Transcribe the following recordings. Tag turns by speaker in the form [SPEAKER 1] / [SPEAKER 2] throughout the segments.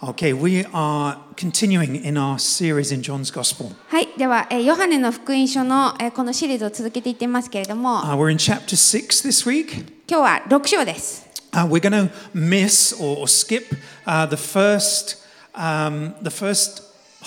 [SPEAKER 1] Okay, we are continuing in our series in John's Gospel.
[SPEAKER 2] はい、では、えーヨハネの福音書の、えーこのシリーズを続けていってますけれども、今
[SPEAKER 1] Uh, we're in chapter 6 this week.
[SPEAKER 2] 日は6章です。
[SPEAKER 1] Uh, we're going to miss or, or skip uh, the, first, um, the first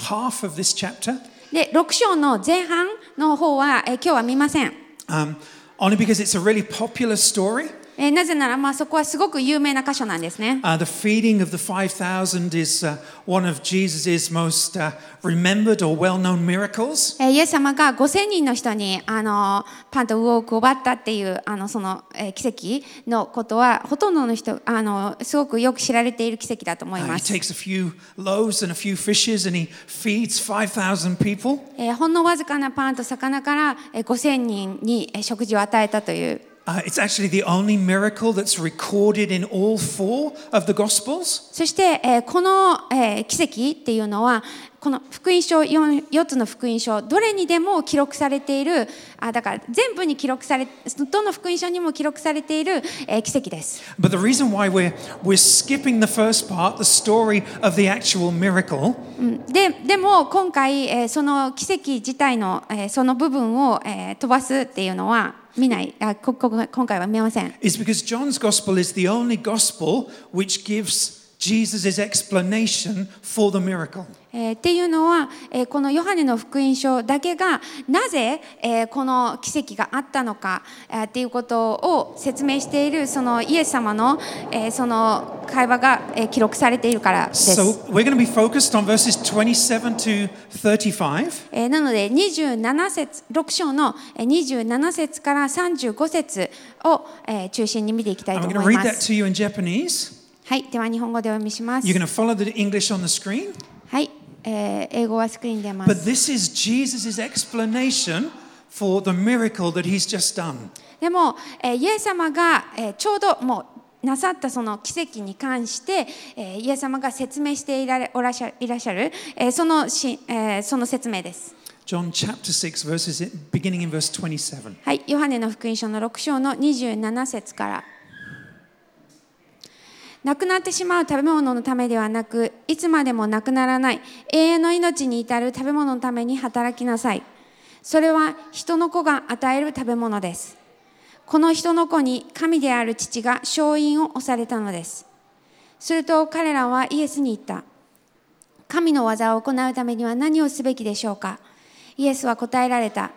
[SPEAKER 1] half of this chapter
[SPEAKER 2] で、6章の前半の方は、えー今日は見ません。
[SPEAKER 1] um, only because it's a really popular story.
[SPEAKER 2] えーなぜなら、まあ、そこはすごく有名な箇所なんですね。
[SPEAKER 1] Uh, the feeding of the 5,000 is uh, one of Jesus' most uh, remembered or well known miracles.
[SPEAKER 2] えーイエス様が5000人の人にあのパンと魚を配ったっていうあのその、えー奇跡のことはほとんどの人あのすごくよく知られている奇跡だと思い
[SPEAKER 1] Uh,
[SPEAKER 2] ま
[SPEAKER 1] he
[SPEAKER 2] す、
[SPEAKER 1] takes a few loaves and a few fishes and he feeds 5,000 people.
[SPEAKER 2] えーほんのわずかなパンと魚から、えー5000人に、えー食事を与えたという、
[SPEAKER 1] Uh, it's actually the only miracle that's recorded in all four of the Gospels.
[SPEAKER 2] そして、えーこの、えー奇跡っていうのはこの福音書 4, 4つの福音書どれにでも記録されているあだから全部に記録されどの福音書にも記録されている、えー奇跡です
[SPEAKER 1] But the reason why we're, we're skipping the first part, the story of the actual miracle,
[SPEAKER 2] うんででも今回、えーその奇跡自体の、えーその部分を、えー飛ばすっていうのは見ないあここ今回は見ません
[SPEAKER 1] is because John's Gospel is the only Gospel which gives Jesus' explanation for the miracle.
[SPEAKER 2] えーっていうのは、えーこのヨハネの福音書だけがなぜ、えーこの奇跡があったのか、えーっていうことを説明しているそのイエス様の、えーその会話が、えー記録されているからです。
[SPEAKER 1] So we're going to be focused on verses 27 to 35.
[SPEAKER 2] えーなので27節6章のえー27節から35節を、えー中心に見ていきたい
[SPEAKER 1] I'm
[SPEAKER 2] と
[SPEAKER 1] going to
[SPEAKER 2] 思い
[SPEAKER 1] read
[SPEAKER 2] ま
[SPEAKER 1] that
[SPEAKER 2] す。
[SPEAKER 1] to you in Japanese.
[SPEAKER 2] はい、では日本語でお読みします
[SPEAKER 1] You're。going to follow the English on the screen.
[SPEAKER 2] はい、えー英語はスクリーンに出ます
[SPEAKER 1] But。this is Jesus' explanation for the miracle that he's just done.
[SPEAKER 2] でも、えーイエス様が、えーちょうどもうなさったその奇跡に関して、えーイエス様が説明していられおらっしゃいらっしゃる、えーそのし、えーその説明です。
[SPEAKER 1] John chapter 6, verses beginning in verse 27.
[SPEAKER 2] はい、ヨハネの福音書の6章の27節から。なくなってしまう食べ物のためではなく、いつまでもなくならない永遠の命に至る食べ物のために働きなさい。それは人の子が与える食べ物です。この人の子に神である父が勝因を押されたのです。すると彼らはイエスに言った。神の技を行うためには何をすべきでしょうかイエスは答えられた。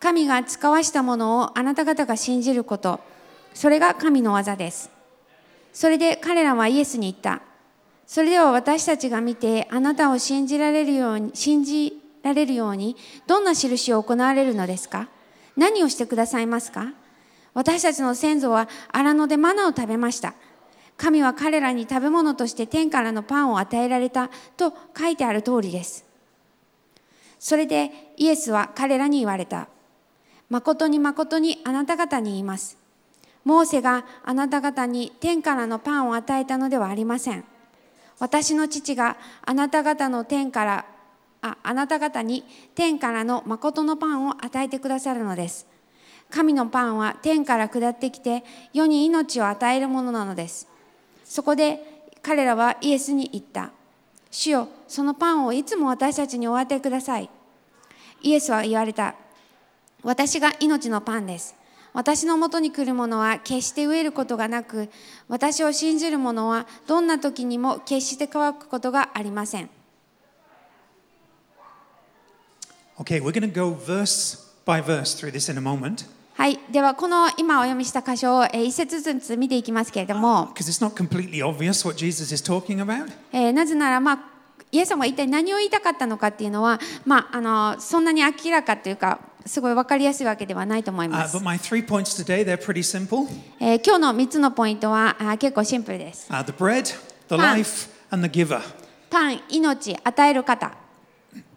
[SPEAKER 2] 神が使わしたものをあなた方が信じること。それが神の技です。それで彼らはイエスに言った。それでは私たちが見てあなたを信じられるように信じられるようにどんな印を行われるのですか何をしてくださいますか私たちの先祖は荒野でマナを食べました。神は彼らに食べ物として天からのパンを与えられたと書いてある通りです。それでイエスは彼らに言われた。誠に誠にあなた方に言います。モーセがあなた方に天からのパンを与えたのではありません。私の父があなた方の天からああなた方に天からの誠のパンを与えてくださるのです。神のパンは天から下ってきて世に命を与えるものなのです。そこで彼らはイエスに言った。主よ、そのパンをいつも私たちにお与えください。イエスは言われた。私が命のパンです。私のもとに来るものは決して飢えることがなく、私を信じる者はどんな時にも決して乾くことがありません。
[SPEAKER 1] Okay, we're going to go verse by verse through this in a moment
[SPEAKER 2] はい、ではこの今お読みした箇所をえー一節ずつ見ていきますけれども、
[SPEAKER 1] because it's not completely obvious what Jesus is talking about. Uh,
[SPEAKER 2] えーなぜならまあイエス様が一体何を言いたかったのかっていうのは、まあ、あのそんなに明らかというかすごい分かりやすいわけではないと思いま
[SPEAKER 1] Uh,
[SPEAKER 2] す
[SPEAKER 1] but、my three points today, they're pretty simple
[SPEAKER 2] えー今日の3つのポイントはあー結構シンプルです
[SPEAKER 1] uh, the bread, the
[SPEAKER 2] Pan.
[SPEAKER 1] life, and the giver.
[SPEAKER 2] パン命与える方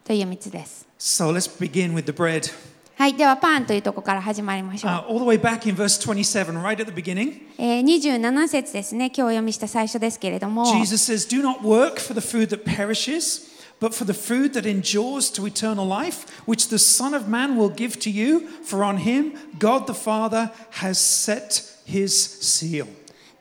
[SPEAKER 2] という3つです
[SPEAKER 1] So let's begin with the bread.
[SPEAKER 2] はいではパンというところから始まりましょう、
[SPEAKER 1] Uh, all the way back in verse 27, right at the beginning,
[SPEAKER 2] えー27節ですね今日お読みした最初ですけれども
[SPEAKER 1] Jesus says, Do not work for the food that perishes, but for the food that endures to eternal life, which the Son of Man will give to you, for on him God the Father has set his seal.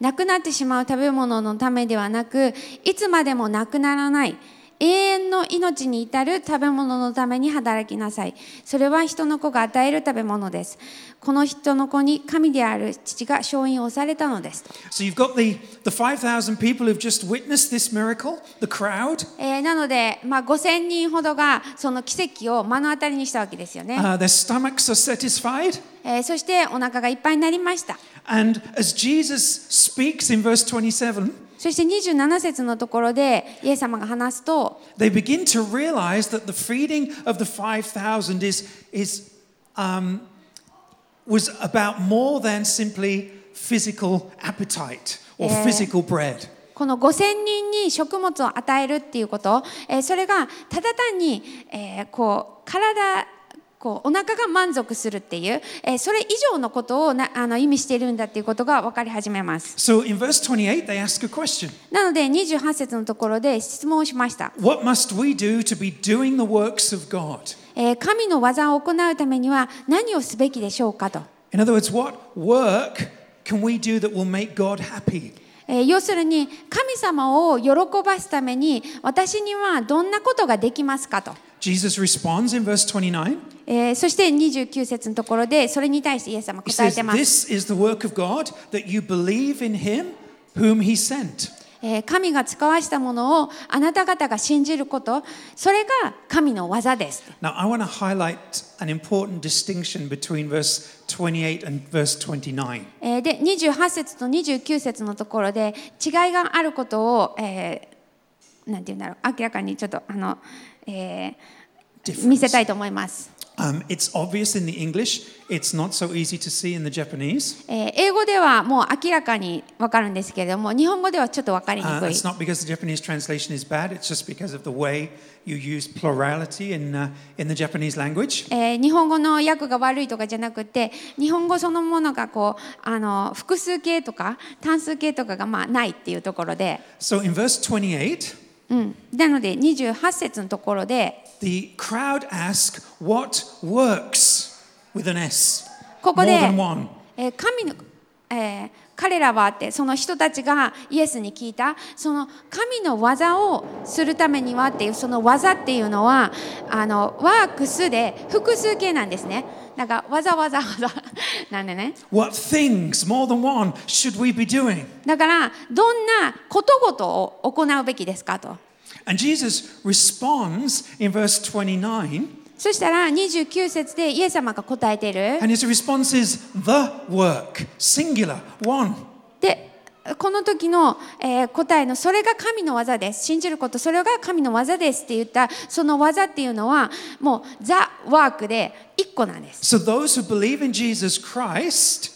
[SPEAKER 2] なくなってしまう食べ物のためではなくいつまでもなくならない永遠の命に至る食べ物のために働きなさいそれは人の子が与える食べ物ですこの人の子に神である父が承印をされたのです
[SPEAKER 1] So you've got the, the 5,000 people who've just witnessed this miracle, the crowd.
[SPEAKER 2] えーなので、まあ、5000人ほどがその奇跡を目の当たりにしたわけですよね、
[SPEAKER 1] Uh, their stomachs are satisfied.
[SPEAKER 2] えーそしてお腹がいっぱいになりました
[SPEAKER 1] And as Jesus speaks in verse 27,
[SPEAKER 2] そして27節のところでイエス様が話すと
[SPEAKER 1] they begin to realize that the feeding of the 5,000 is, is, um, was about more than simply physical appetite or
[SPEAKER 2] Yeah.
[SPEAKER 1] physical bread.
[SPEAKER 2] この5,000人に食物を与えるっていうこと、えーそれがただ単に、えーこう体こうお腹が満足するっていう、えーそれ以上のことをなあの意味しているんだっていうことが分かり始めます
[SPEAKER 1] So in verse 28, they ask a question
[SPEAKER 2] なので28節のところで質問をしました、
[SPEAKER 1] What must we do to be doing the works of God?
[SPEAKER 2] えー神の技を行うためには何をすべきでしょうかと、
[SPEAKER 1] In other words, what work can we do that will make God happy?
[SPEAKER 2] えー要するに神様を喜ばすために私にはどんなことができますかと、
[SPEAKER 1] Jesus responds in verse 29.
[SPEAKER 2] えーそして29節のところでそれに対してイエス様
[SPEAKER 1] He
[SPEAKER 2] 答え
[SPEAKER 1] says,
[SPEAKER 2] てます。
[SPEAKER 1] This is the work of God, that you believe in him whom he sent.
[SPEAKER 2] えー神が使わしたものをあなた方が信じることそれが神の技です
[SPEAKER 1] Now, I want to highlight an important distinction between verse 28 and verse 29.
[SPEAKER 2] えーで28節と29節のところで違いがあることを、えーなんて言うんだろう明らかにちょっとあの、えー
[SPEAKER 1] Difference.
[SPEAKER 2] 見せたいと思います、
[SPEAKER 1] Um, it's obvious in the English, it's not so easy to see in the Japanese.
[SPEAKER 2] えー英語ではもう明らかに分かるんですけれども日本語ではちょっと分かりに
[SPEAKER 1] Uh,
[SPEAKER 2] くい
[SPEAKER 1] it's not because the Japanese translation is bad, it's just because of the way you use plurality in, uh, in the Japanese language.
[SPEAKER 2] えー日本語の訳が悪いとかじゃなくて日本語そのものがこうあの複数形とか単数形とかがまあないっていうところで
[SPEAKER 1] So in verse 28,
[SPEAKER 2] うん、なので28節のところで
[SPEAKER 1] the crowd ask, What works? with an S.
[SPEAKER 2] こ
[SPEAKER 1] More
[SPEAKER 2] こで、
[SPEAKER 1] than one.
[SPEAKER 2] えー神の、えー彼らはってその人たちがイエスに聞いたその神の技をするためにはっていうその技っていうのはあのワークスで複数形なんですねだからわざわざわざ なんでね
[SPEAKER 1] What things, more than one, should we be doing?
[SPEAKER 2] だからどんなことごとを行うべきですかと
[SPEAKER 1] And Jesus responds in verse 29,
[SPEAKER 2] そしたら29節でイエス様が答えてる
[SPEAKER 1] and his response is the work, singular, one.
[SPEAKER 2] でこの時の、えー答えの「それが神の技です」「信じることそれが神の技です」って言ったその技っていうのはもうザ・ワークで1個なんです。
[SPEAKER 1] So those who believe in Jesus Christ,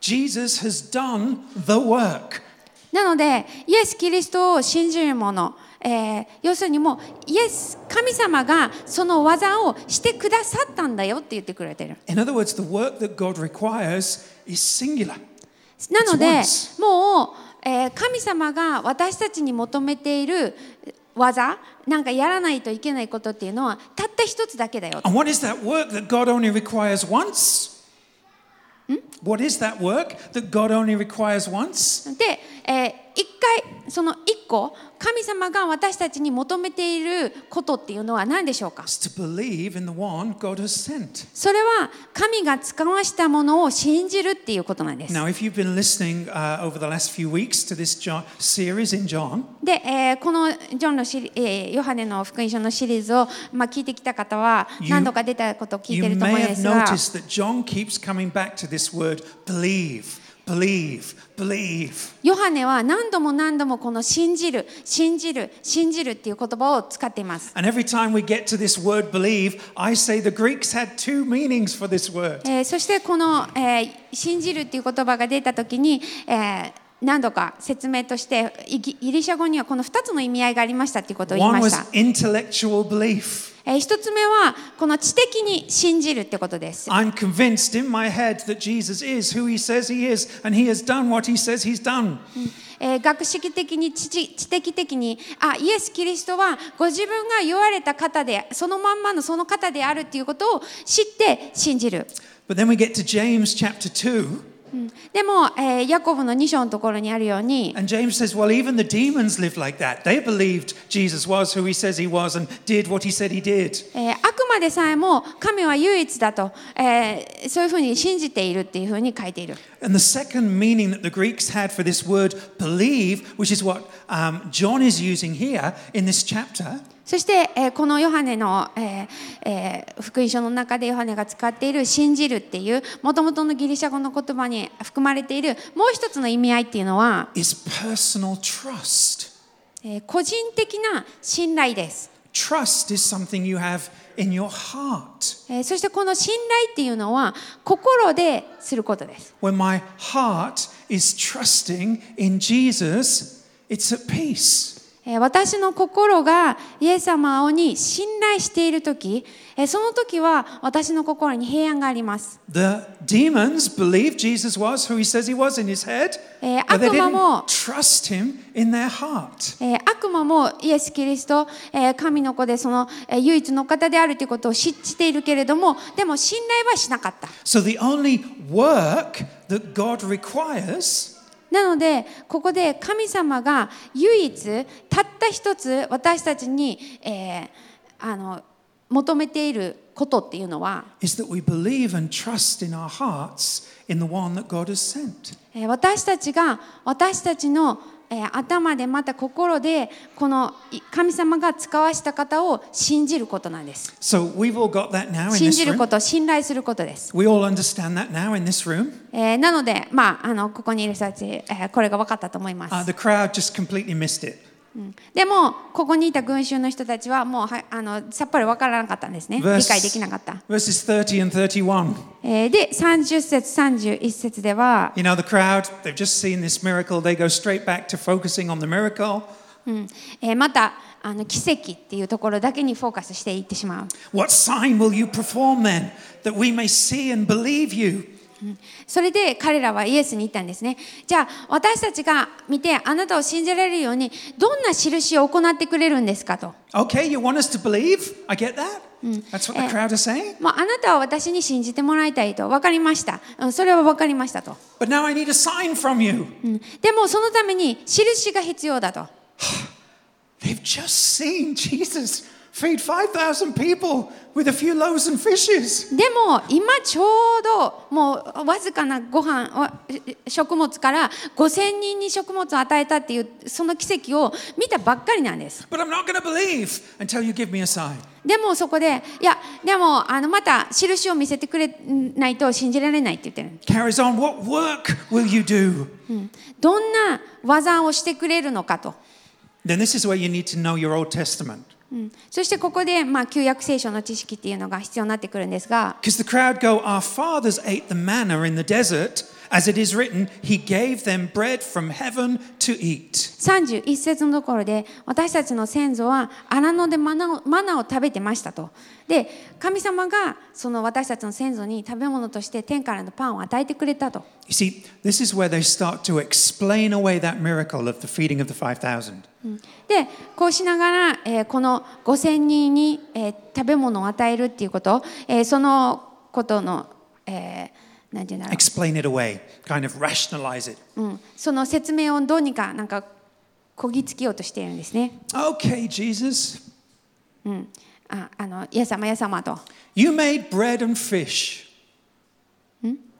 [SPEAKER 1] Jesus has done the work.
[SPEAKER 2] なのでイエス・キリストを信じる者、えー要するにもうイエス神様がその技をしてくださったんだよって言ってくれてる。
[SPEAKER 1] In other words, the work that God requires is singular.
[SPEAKER 2] なの
[SPEAKER 1] It's
[SPEAKER 2] で
[SPEAKER 1] once.
[SPEAKER 2] もう、えー神様が私たちに求めている技なんかやらないといけないことっていうのはたった一つだけだよ
[SPEAKER 1] And what is that work that God only requires once? Hmm? What is that work that God only requires once?
[SPEAKER 2] で、えー一回その一個神様が私たちに求めていることっていうのは何でしょうか
[SPEAKER 1] It's to believe in the one God has sent.
[SPEAKER 2] それは神が使わしたものを信じるっていうことなんです
[SPEAKER 1] Now, if you've been listening uh, over the last few weeks to this John, series in John,
[SPEAKER 2] で、えーこのジョンのシリ、えーヨハネの福音書のシリーズを、まあ、聞いてきた方は
[SPEAKER 1] You-
[SPEAKER 2] 何度か出たことを聞い
[SPEAKER 1] you
[SPEAKER 2] てると思う
[SPEAKER 1] may
[SPEAKER 2] んで
[SPEAKER 1] have
[SPEAKER 2] すが
[SPEAKER 1] noticed that John keeps coming back to this word believe, believe, believe.
[SPEAKER 2] ヨハネは何度も何度もこの信じる信じる信じるっていう言葉を使っています
[SPEAKER 1] And every time we get to this word believe, I say the Greeks had two meanings for this word.
[SPEAKER 2] えーそしてこの、えー信じるっていう言葉が出た時に、えー何度か説明としてイギギリシャ語にはこの2つの意味合いがありましたっていうことを言い
[SPEAKER 1] One
[SPEAKER 2] まし
[SPEAKER 1] was
[SPEAKER 2] た、
[SPEAKER 1] intellectual belief.
[SPEAKER 2] え1つ目はこの知的に信じるってことです
[SPEAKER 1] I'm convinced in my head that Jesus is who he says he is, and he has done what he says he's done.
[SPEAKER 2] えー学識的に知知的的にあイエス・キリストはご自分が言われた方でそのまんまのその方であるっていうことを知って信じる
[SPEAKER 1] But then we get to James chapter 2,
[SPEAKER 2] うんでも、えーヤコブの2章のところにあるように、
[SPEAKER 1] And James says, well, even the demons lived like that. They believed Jesus was who he says he was and did what he said he did.
[SPEAKER 2] えーあくまでさえも神は唯一だと、えーそういうふうに信じているっていうふうに書いている。
[SPEAKER 1] And the second meaning that the Greeks had for this word believe, which is what um, John is using here in this chapter,
[SPEAKER 2] そして、えーこのヨハネの、えーえー福音書の中でヨハネが使っている「信じる」っていうもともとのギリシャ語の言葉に含まれているもう一つの意味合いっていうのは、
[SPEAKER 1] is personal trust.
[SPEAKER 2] えー個人的な信頼です、
[SPEAKER 1] Trust is something you have in your heart.
[SPEAKER 2] えーそしてこの信頼っていうのは心ですることです、
[SPEAKER 1] When my heart is trusting in Jesus, it's at peace.
[SPEAKER 2] えー私の心がイエス様に信頼している時、えーその時は私の心に平安があります、
[SPEAKER 1] The demons believed Jesus was who he says he was in his head,
[SPEAKER 2] えー
[SPEAKER 1] but they
[SPEAKER 2] 悪魔も
[SPEAKER 1] didn't trust him in their heart.
[SPEAKER 2] えー悪魔もイエス・キリスト、えー神の子でその、えー唯一の方であるということを知っているけれどもでも信頼はしなかった
[SPEAKER 1] So the only work that God requires
[SPEAKER 2] なのでここで神様が唯一たった一つ私たちに、えーあの求めていることっていうのは、
[SPEAKER 1] is that we believe and trust in our hearts in the one that God has sent.
[SPEAKER 2] えー私たちが私たちの、えー頭でまた心でこのい神様が使わした方を信じることなんです。
[SPEAKER 1] So we've all got that now in
[SPEAKER 2] 信
[SPEAKER 1] this
[SPEAKER 2] じるこ
[SPEAKER 1] room.
[SPEAKER 2] と信頼することです。
[SPEAKER 1] We all understand that now in this room.
[SPEAKER 2] えーなので、まあ、あのここにいる人たち、えーこれが分かったと思いま
[SPEAKER 1] Uh,
[SPEAKER 2] す。
[SPEAKER 1] the crowd just completely missed it.
[SPEAKER 2] でも、ここにいた群衆の人たちは、もうはあのさっぱり分からなかったんですね。理
[SPEAKER 1] Verse-
[SPEAKER 2] 解できなかった。
[SPEAKER 1] Verses 30 and 31.
[SPEAKER 2] えーで、30節、31節では、
[SPEAKER 1] You know, the crowd, they've just seen this miracle. They go straight back to focusing on the miracle.
[SPEAKER 2] うんえーまたあの奇跡っていうところだけにフォーカスしていってしまう。
[SPEAKER 1] What sign will you perform then that we may see and believe you?
[SPEAKER 2] それで彼らはイエスに言ったんですね。じゃあ、私たちが見て、あなたを信じられるように、どんな印を行ってくれるんですかと。
[SPEAKER 1] Okay, you want us to believe? I get that. That's what the
[SPEAKER 2] Eh.
[SPEAKER 1] crowd are saying.
[SPEAKER 2] もうあなたは私に信じてもらいたいと。分かりました。うんそれは分かりましたと。
[SPEAKER 1] But now I need a sign from you.
[SPEAKER 2] うんでもそのために印が必要だと。
[SPEAKER 1] They've just seen Jesus feed 5,000 people with a few loaves and fishes.
[SPEAKER 2] でも今ちょうどもうわずかなご飯わ食物から5,000人に食物を与えたっていうその奇跡を見たばっかりなんです。
[SPEAKER 1] But I'm not going to believe until you give me a sign.
[SPEAKER 2] でもそこでいやでもあのまた印を見せてくれないと信じられないって言ってる。
[SPEAKER 1] Carries on. What work will you do?
[SPEAKER 2] うんどんな技をしてくれるのかと。
[SPEAKER 1] Then this is where you need to know your Old Testament.
[SPEAKER 2] うんそしてここで、まあ、旧約聖書の知識っていうのが必要になってくるんですが
[SPEAKER 1] Because the crowd go, Our fathers ate the manna in the desert. As it is written, He gave them bread from heaven to eat.
[SPEAKER 2] 31節のところで私たちの先祖は荒野でマナをマナを食べてましたと。で神様がその私たちの先祖に食べ物として天からのパンを与えてくれたと。
[SPEAKER 1] You see, this is where they start to explain away that miracle of the feeding of the 5,000.
[SPEAKER 2] でこうしながら、えーこの5,000人に、えー食べ物を与えるっていうこと、えーそのことの、えーなんていうんだろ
[SPEAKER 1] Explain it away, kind of rationalize it.
[SPEAKER 2] う、うん、その説明をどうにかなんかこぎつけようとしているんですね。
[SPEAKER 1] Okay, Jesus,
[SPEAKER 2] ああのイエス様イエス様と。
[SPEAKER 1] You made bread and fish.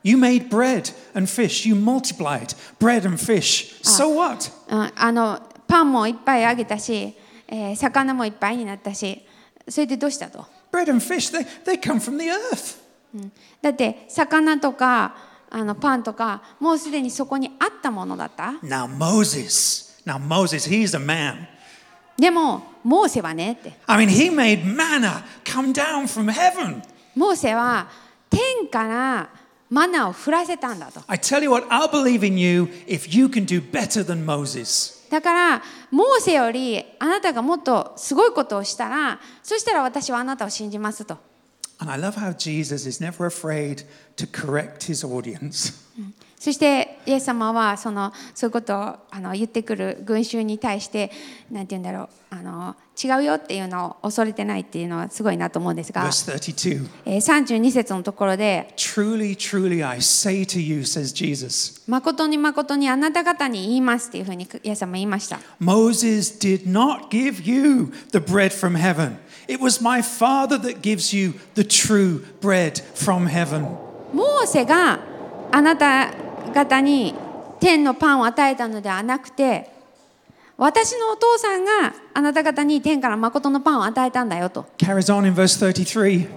[SPEAKER 1] You made bread and fish. You multiplied bread and fish. So what?
[SPEAKER 2] うんあのパンもいっぱいあげたし、えー魚もいっぱいになったしそれでどうしたと
[SPEAKER 1] Bread and fish, they, they come from the earth.
[SPEAKER 2] だって魚とかあのパンとかもうすでにそこにあったものだった
[SPEAKER 1] Now, Moses, now, Moses, he's a man.
[SPEAKER 2] でもモーセはねって
[SPEAKER 1] I mean, he made manna come down from heaven.
[SPEAKER 2] モーセは天からマナーを降らせたんだと
[SPEAKER 1] I tell you what, I'll believe in you if you can do better than Moses.
[SPEAKER 2] だからモーセよりあなたがもっとすごいことをしたらそしたら私はあなたを信じますと
[SPEAKER 1] And I love how Jesus is never afraid to correct his audience.
[SPEAKER 2] そしてイエス様はそのそういうことをあの言ってくる群衆に対して何て言うんだろうあの違うよっていうのを恐れてないっていうのはすごいなと思うんですが、
[SPEAKER 1] Verse 32.
[SPEAKER 2] えー32節のところで
[SPEAKER 1] Truly, truly, I say to you, says Jesus,
[SPEAKER 2] 「誠に誠にあなた方に言います」っていうふうにイエス様言いました。
[SPEAKER 1] Moses did not give you the bread from heaven. It was my Father that gives you the true bread from heaven.
[SPEAKER 2] モーセがあなた方に天のパンを与えたのではなくて私のお父さんがあなた方に天から誠のパンを与えたんだよと
[SPEAKER 1] Carries on in verse 33.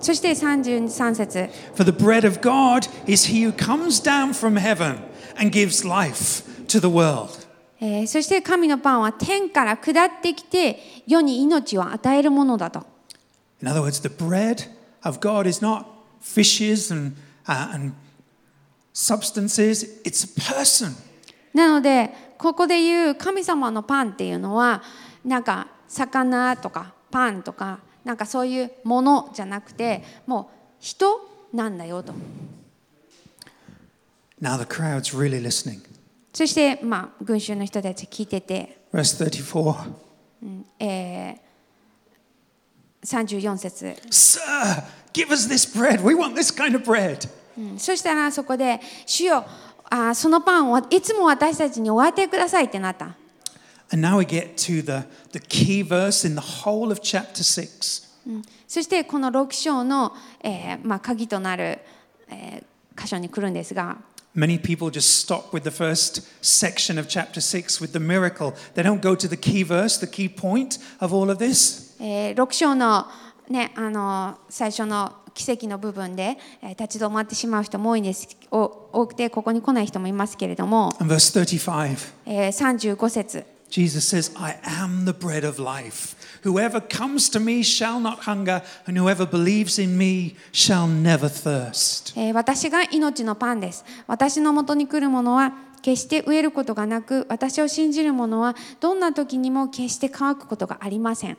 [SPEAKER 2] そして33節
[SPEAKER 1] For the bread of God is he who comes down from heaven and gives life to the world.
[SPEAKER 2] えーそして神のパンは天から下ってきて世に命を与えるものだと
[SPEAKER 1] In other words, the bread of God is not fishes and, uh, and substances, it's a person.
[SPEAKER 2] なのでここで言う神様のパンっていうのはなんか魚とかパンとかなんかそういうものじゃなくてもう人なんだよと
[SPEAKER 1] Now the crowd's really listening.
[SPEAKER 2] そして、まあ、群衆の人たち聞いてて、
[SPEAKER 1] Verse 34
[SPEAKER 2] えー、34節、
[SPEAKER 1] Sir, give us this bread. We want this kind of bread.
[SPEAKER 2] うんそしたらそこで「主よあーそのパンをいつも私たちにお与えください」ってなった。
[SPEAKER 1] And now we get to the, the key verse in the whole of chapter 6.
[SPEAKER 2] うんそしてこの6章の、えーまあ、鍵となる、えー箇所に来るんですが
[SPEAKER 1] Many people just stop with the first section of chapter 6 with the miracle. They don't go to the key verse, the key point of all of this.
[SPEAKER 2] え6章の,、ね、あの最初の奇跡の部分で、えー立ち止まってしまう人も多いんですお多くてここに来ない人もいますけれども、
[SPEAKER 1] And verse 35,
[SPEAKER 2] えー35節
[SPEAKER 1] Jesus says, I am the bread of life. Whoever comes to me shall not hunger, and whoever believes in me shall never thirst.
[SPEAKER 2] えー私が命のパンです。私のもとに来るものは決して飢えることがなく、私を信じる者はどんな時にも決して乾くことがありません。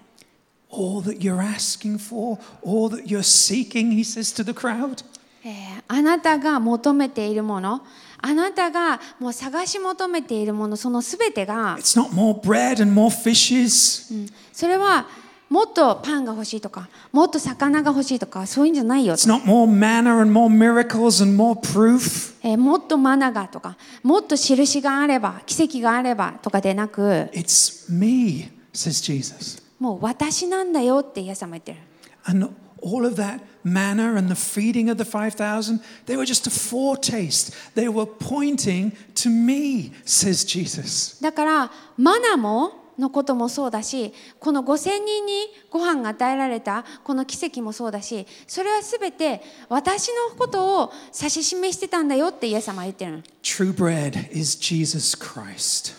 [SPEAKER 1] All that you're asking for, all that you're seeking, he says to the crowd,
[SPEAKER 2] えーあなたが求めているもの、あなたがもう探し求めているもの、そのすべてが、
[SPEAKER 1] it's not more bread and more fishes,
[SPEAKER 2] うんそれはもっとパンが欲しいとか、もっと魚が欲しいとか、そういうんじゃないよ
[SPEAKER 1] it's。not more manna and more miracles and more proof.
[SPEAKER 2] えーもっとマナがとか、もっと印があれば、奇跡があればとかでなく、
[SPEAKER 1] It's me, says Jesus.
[SPEAKER 2] もう私なんだよってイエス様言ってる。
[SPEAKER 1] And all of that manna and the feeding of the 5,000, they were just a foretaste. They were pointing to me, says Jesus.
[SPEAKER 2] だからマナものこともそうだしこの5,000人にご飯が与えられたこの奇跡もそうだしそれは全て私のことを指し示してたんだよってイエス様は言ってるの、
[SPEAKER 1] True bread is Jesus Christ.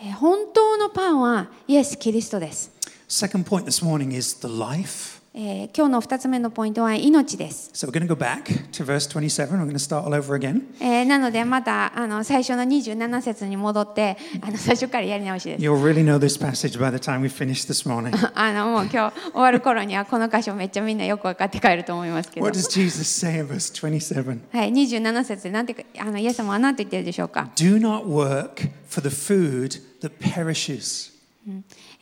[SPEAKER 2] えー本当のパンはイエス・キリストです、
[SPEAKER 1] Second point this morning is the life.
[SPEAKER 2] えー今日の2つ目のポイントは命です、
[SPEAKER 1] So we're going to go back to verse 27. We're going to start all over again.
[SPEAKER 2] えーなのでまたあの最初の27節に戻ってあの最初からやり直しです
[SPEAKER 1] You'll really know this passage by the time we finish this morning.
[SPEAKER 2] あのもう今日終わる頃にはこの箇所めっちゃみんなよく分かって帰ると思いますけど
[SPEAKER 1] what does Jesus say in verse 27?
[SPEAKER 2] はい、27節でなんてかあのイエス様は何と言ってるでしょうか、
[SPEAKER 1] Do not work for the food that perishes.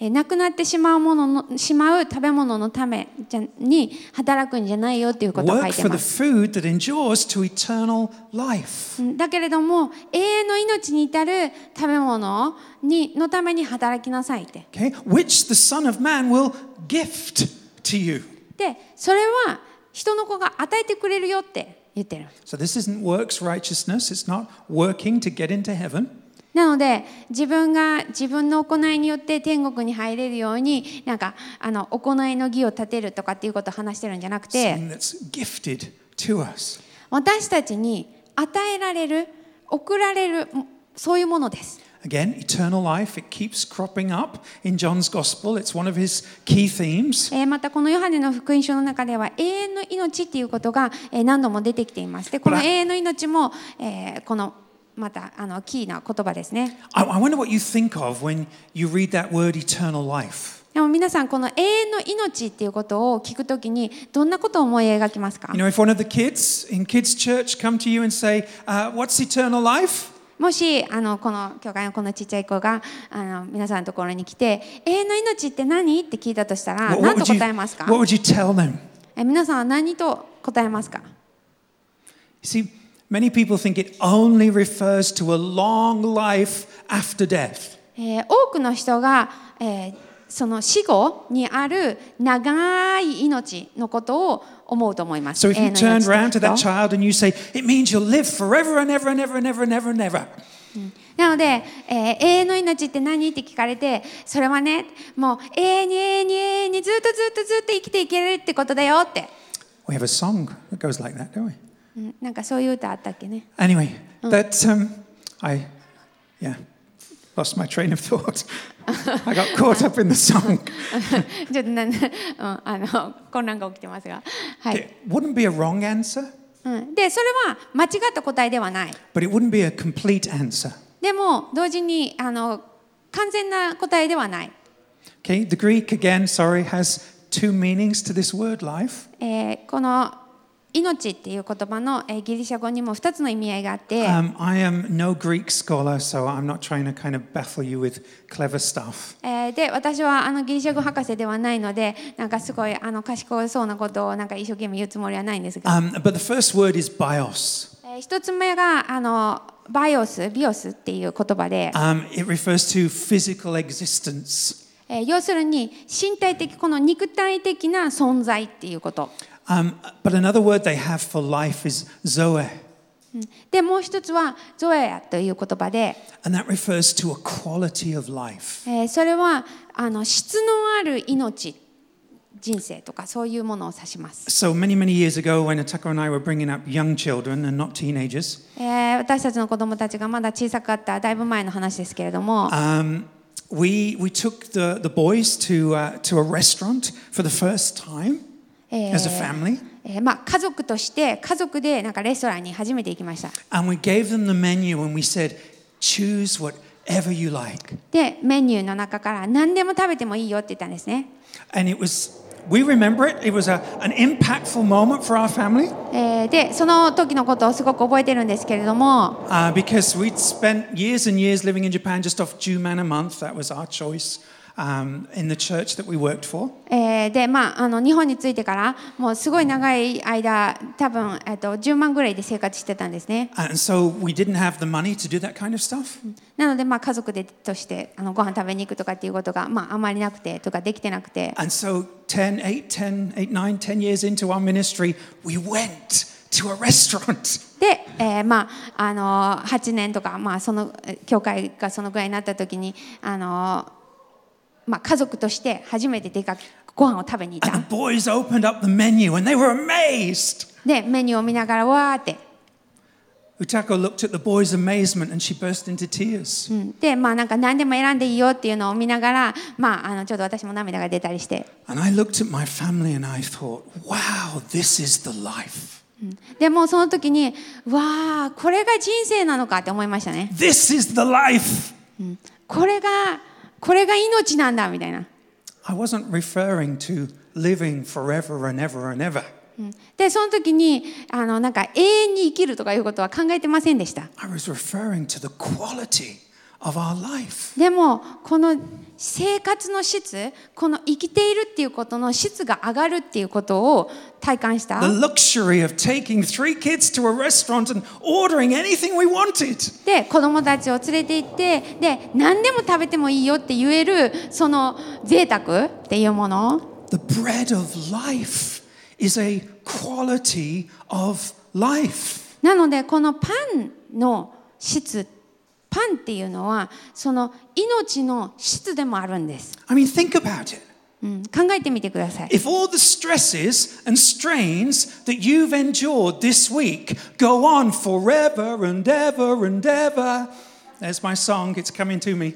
[SPEAKER 2] えーなくなってしまうもののしまう食べ物のためじゃに働くんじゃないよっていうことを書い
[SPEAKER 1] Work
[SPEAKER 2] て
[SPEAKER 1] for
[SPEAKER 2] ま
[SPEAKER 1] the
[SPEAKER 2] す。
[SPEAKER 1] food that endures to eternal life.
[SPEAKER 2] うんだけれども永遠の命に至る食べ物にのために働きなさいって。
[SPEAKER 1] Okay? Which the Son of Man will gift to you.
[SPEAKER 2] でそれは人の子が与えてくれるよって言ってる。
[SPEAKER 1] So this isn't works righteousness. It's not working to get into heaven.
[SPEAKER 2] なので自分が自分の行いによって天国に入れるようになんかあの行いの義を立てるとかっていうことを話してるんじゃなくて。
[SPEAKER 1] Something that's gifted to us.
[SPEAKER 2] 私たちに与えられる送られるそういうものです
[SPEAKER 1] Again, eternal life, it keeps cropping up in John's gospel. It's one of his key themes.
[SPEAKER 2] えーまたこのヨハネの福音書の中では永遠の命っていうことがえー何度も出てきていますでこの
[SPEAKER 1] ほ
[SPEAKER 2] 永
[SPEAKER 1] ら
[SPEAKER 2] 遠の命もえーこのまたあのキーな言葉ですね
[SPEAKER 1] I, I wonder what you think of when you read that word eternal life.
[SPEAKER 2] でも皆さんこの永遠の命っていうことを聞くときにどんなことを思い描きますか
[SPEAKER 1] You know, if one of the kids in kids' church come to you and say, uh, "What's eternal life?"
[SPEAKER 2] もしあのこの教会のこのちっちゃい子があの皆さんのところに来て「永遠の命って何?」って聞いたとしたら
[SPEAKER 1] What,
[SPEAKER 2] 何
[SPEAKER 1] what
[SPEAKER 2] と
[SPEAKER 1] would you,
[SPEAKER 2] 答えますか
[SPEAKER 1] what would you tell them?
[SPEAKER 2] え皆さんは何と答えますか
[SPEAKER 1] You see, many people think it only refers to a long life after death.
[SPEAKER 2] えー多くの人が、えーその死後にある長い命のことを思うと思います。
[SPEAKER 1] So if
[SPEAKER 2] 永
[SPEAKER 1] you
[SPEAKER 2] 遠の命
[SPEAKER 1] turn
[SPEAKER 2] って
[SPEAKER 1] round to that
[SPEAKER 2] こ
[SPEAKER 1] child
[SPEAKER 2] と
[SPEAKER 1] and you say, "It means you'll live forever and ever and ever and ever and ever and ever,"
[SPEAKER 2] なので、えー永遠の命って何って聞かれてそれはねもう永遠に永遠に永遠にずっとずっとずっと生きていけるってことだよって、
[SPEAKER 1] we have a song that goes like that, don't we?
[SPEAKER 2] うん、なんかそういう歌あったっけね
[SPEAKER 1] Anyway, that um, I, yeah, lost my train of thought. I got caught up in the song.
[SPEAKER 2] ちょっとな、なうん、あの混乱が起きてますが、はい、
[SPEAKER 1] It wouldn't be a wrong answer,
[SPEAKER 2] うん、でそれは間違った答えではない
[SPEAKER 1] but it wouldn't be a complete answer.
[SPEAKER 2] でも同時にあの完全な答えではない、
[SPEAKER 1] Okay, the Greek again, sorry, has two meanings to this word life.
[SPEAKER 2] えーこの命っていう言葉の、えーギリシャ語にも2つの意味合いがあって、
[SPEAKER 1] Um, I am no Greek scholar, so I'm not trying to kind of baffle you with clever stuff.
[SPEAKER 2] えーで私はあのギリシャ語博士ではないのでなんかすごいあの賢そうなことをなんか一生懸命言うつもりはないんですが、
[SPEAKER 1] Um, but the first word is bios.
[SPEAKER 2] えー一つ目があのバイオスビオスっていう言葉で、
[SPEAKER 1] Um, it refers to physical existence.
[SPEAKER 2] えー要するに身体的この肉体的な存在っていうこと
[SPEAKER 1] Um, but another word they have for life is zoe,
[SPEAKER 2] でもう一つはゾエアという言葉で、
[SPEAKER 1] and that refers to a quality of life.
[SPEAKER 2] えーそれはあの質のある命人生とかそういうものを指します、
[SPEAKER 1] So many, many years ago, when Atako and I were bringing up young children and not teenagers,
[SPEAKER 2] えー私たちの子供たちがまだ小さかっただいぶ前の話ですけれども、
[SPEAKER 1] um, we, we took the, the boys to, uh, to a restaurant for the first time
[SPEAKER 2] え
[SPEAKER 1] as a
[SPEAKER 2] ー
[SPEAKER 1] family,
[SPEAKER 2] えーまあ、家族として家族でなんかレストランに初めて行きました
[SPEAKER 1] and we gave them the menu and we said, choose whatever you like.
[SPEAKER 2] でメニューの中から何でも食べてもいいよって言ったんですね、
[SPEAKER 1] And it was, we remember it, it was a, an impactful moment for our family
[SPEAKER 2] えーでその時のことをすごく覚えてるんですけれども、
[SPEAKER 1] uh, because we'd spent years and years living in Japan just off Juman a month. That was our choice um, in the church that we worked for.
[SPEAKER 2] えーでまああの日本に着いてからもうすごい長い間多分、えっと10万ぐらいで生活してたんですね
[SPEAKER 1] And so we didn't have the money to do that kind of stuff.
[SPEAKER 2] なのでまあ家族でとしてあのご飯食べに行くとかっていうことがまああまりなくてとかできてなくて
[SPEAKER 1] And so 10, 8, 10, 8, 9, 10 years into our ministry, we went to a restaurant.
[SPEAKER 2] で、えーまあ、あの8年とか、まあ、そのえー教会がそのぐらいになった時にあの、まあ、家族として初めて出かけご飯を食べに行っ
[SPEAKER 1] And the
[SPEAKER 2] た
[SPEAKER 1] boys opened up the menu and they were amazed.
[SPEAKER 2] でメニューを見ながらわーって、
[SPEAKER 1] Utako looked at the boys' amazement and she burst into tears.
[SPEAKER 2] うんで、まあ、なんか何でも選んでいいよっていうのを見ながら、まあ、あのちょっと私も涙が出たりして、
[SPEAKER 1] And I looked at my family and I thought, wow, this is the life.
[SPEAKER 2] うんでもうその時にうわーこれが人生なのかって思いましたね
[SPEAKER 1] This is the life.
[SPEAKER 2] これがこれが命なんだみたいな。
[SPEAKER 1] I wasn't referring to living forever and ever and ever.
[SPEAKER 2] うんでその時にあのなんか永遠に生きるとかいうことは考えてませんでした。
[SPEAKER 1] I was referring to the quality of our life.
[SPEAKER 2] でもこの生活の質この生きているっていうことの質が上がるっていうことを体感した
[SPEAKER 1] The luxury of taking three kids to a restaurant and ordering anything we wanted.
[SPEAKER 2] で子供たちを連れて行ってで何でも食べてもいいよって言えるその贅沢っていうもの
[SPEAKER 1] The bread of life is a quality of life.
[SPEAKER 2] なのでこのパンの質パンっていうのはその命の質でもあるんです、
[SPEAKER 1] I mean, think about it.
[SPEAKER 2] うん、考えてみてください
[SPEAKER 1] If all the stresses and strains that you've endured this week go on forever and ever and ever, There's my song. It's coming to me.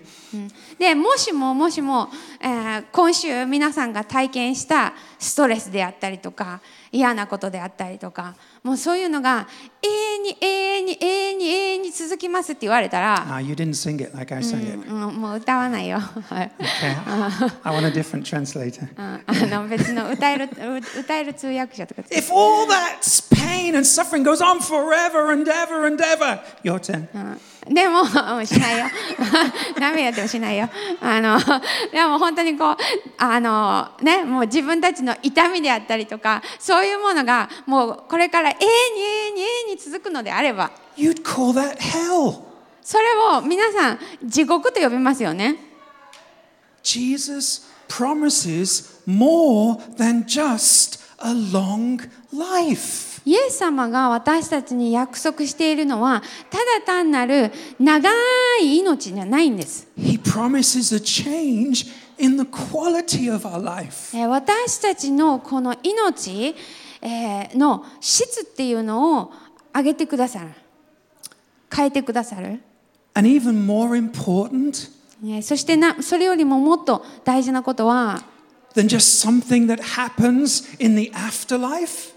[SPEAKER 2] でもしももしも、えー今週皆さんが体験したストレスであったりとか嫌なことであったりとかもうそういうのが永遠に永遠に永遠に永遠に続きますって言われたら、
[SPEAKER 1] Ah, you didn't sing it like I sang it.
[SPEAKER 2] うん、もう歌わないよ。はい、
[SPEAKER 1] Okay. I want a different translator.
[SPEAKER 2] うんあの別の歌えるう歌える通訳者とか
[SPEAKER 1] If all that pain and suffering goes on forever and ever and ever, your turn.
[SPEAKER 2] うんでも、 うんしないよ。涙やってもしないよ。あの、でも本当にこう、あの、ね、もう自分たちの痛みであったりとか、そういうものが、もうこれから永遠に永遠に永遠に続くのであれば、
[SPEAKER 1] You'd call that hell.
[SPEAKER 2] それを皆さん、地獄と呼びますよね。
[SPEAKER 1] Jesus promises more than just a long life.
[SPEAKER 2] イエス様が私たちに約束しているのは、ただ単なる長い命じゃないんです。
[SPEAKER 1] He promises a change in the quality of our life.
[SPEAKER 2] えー私たちのこの命、えーの質っていうのを上げてくださる変えてくださる、
[SPEAKER 1] And even more important
[SPEAKER 2] ねそしてなそれよりももっと大事なことは、
[SPEAKER 1] than just something that happens in the afterlife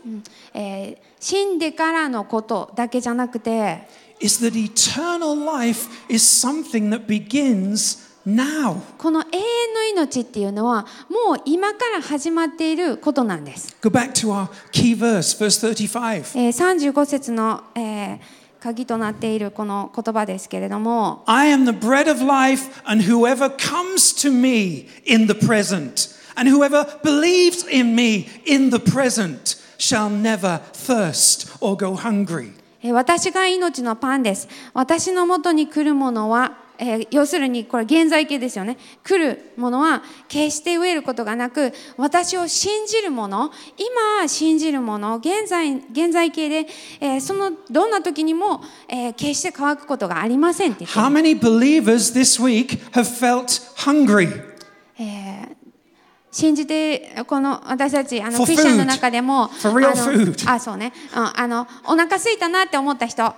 [SPEAKER 2] えー死んでからのことだけじゃなくて
[SPEAKER 1] is that eternal life is something that begins now.
[SPEAKER 2] この永遠の命っていうのはもう今から始まっていることなんです、
[SPEAKER 1] Go back to our key verse, verse 35.
[SPEAKER 2] えー35節の、えー鍵となっているこの言葉ですけれども
[SPEAKER 1] I am the bread of life, and whoever comes to me in the present, and whoever believes in me in the present, shall never thirst or go hungry.
[SPEAKER 2] えー私が命のパンです。私のもとに来るものは、えー要するにこれ現在形ですよね。来るものは決して飢えることがなく、私を信じるもの、今信じるもの、現在現在形で、えーそのどんな時にも、えー決して乾くことがありませんって言って
[SPEAKER 1] How many believers this week have felt hungry?
[SPEAKER 2] 信じてこの私たちあの
[SPEAKER 1] For
[SPEAKER 2] クリスチャンの
[SPEAKER 1] food.
[SPEAKER 2] 中でも
[SPEAKER 1] For real
[SPEAKER 2] あの
[SPEAKER 1] food.
[SPEAKER 2] あそうね、うん、あのお腹空いたなって思った人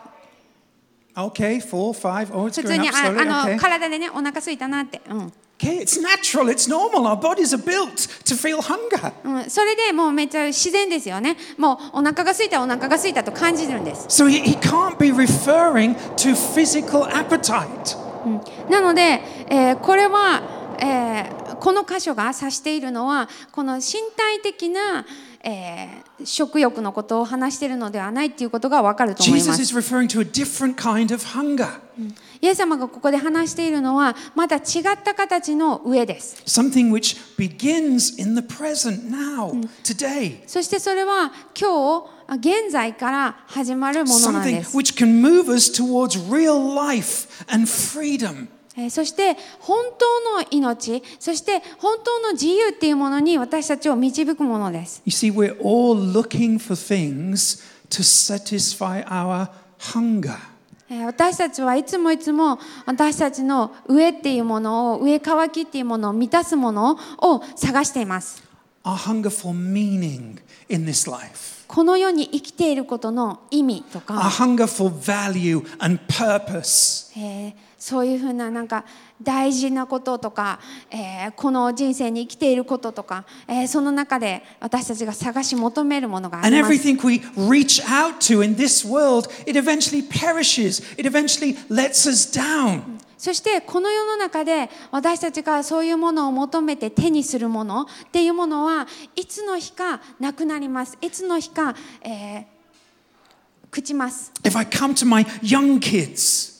[SPEAKER 1] Okay, four, five. Oh, it's
[SPEAKER 2] 普通
[SPEAKER 1] going
[SPEAKER 2] に
[SPEAKER 1] up
[SPEAKER 2] あ
[SPEAKER 1] slowly.
[SPEAKER 2] あの
[SPEAKER 1] Okay.
[SPEAKER 2] 体でねお腹空いたなって、うん、
[SPEAKER 1] okay, it's natural. It's normal. Our bodies are built to feel hunger.
[SPEAKER 2] うん、それでもうめっちゃ自然ですよね。もうお腹が空いたお腹が空いたと感じるんです。
[SPEAKER 1] So he, he can't be referring to physical appetite.
[SPEAKER 2] うんなので、えーこれは、えーこの箇所が指しているのはこの身体的な、えー食欲のことを話しているのではないということがわかると思いま
[SPEAKER 1] Jesus is
[SPEAKER 2] す。
[SPEAKER 1] referring to a different kind of hunger,
[SPEAKER 2] イエス様がここで話しているのはまた違った形の上です。
[SPEAKER 1] something which begins in the present, now, today.
[SPEAKER 2] そしてそれは今日あ現在から始まるものなん
[SPEAKER 1] Something
[SPEAKER 2] です。
[SPEAKER 1] which can move us towards real life and freedom.
[SPEAKER 2] えーそして本当の命そして本当の自由っていうものに私たちを導くものです
[SPEAKER 1] You see, we're all looking for things to satisfy our hunger.
[SPEAKER 2] えー私たちはいつもいつも私たちの上っていうものを上乾きっていうものを満たすものを探しています
[SPEAKER 1] Our hunger for meaning in this life,
[SPEAKER 2] この世に生きていることの意味と
[SPEAKER 1] our
[SPEAKER 2] か、
[SPEAKER 1] hunger for value and purpose.
[SPEAKER 2] えーそういうふうななんか大事なこととか、えーこの人生に生きていることとか、えーその中で私たちが探し求めるものがあ
[SPEAKER 1] And
[SPEAKER 2] ります
[SPEAKER 1] everything we reach out to in this world, it eventually perishes. It eventually lets us down.
[SPEAKER 2] そしてこの世の中で私たちがそういうものを求めて手にするものっていうものはいつの日かなくなりますいつの日か、えー朽ちます、
[SPEAKER 1] If I come to my young kids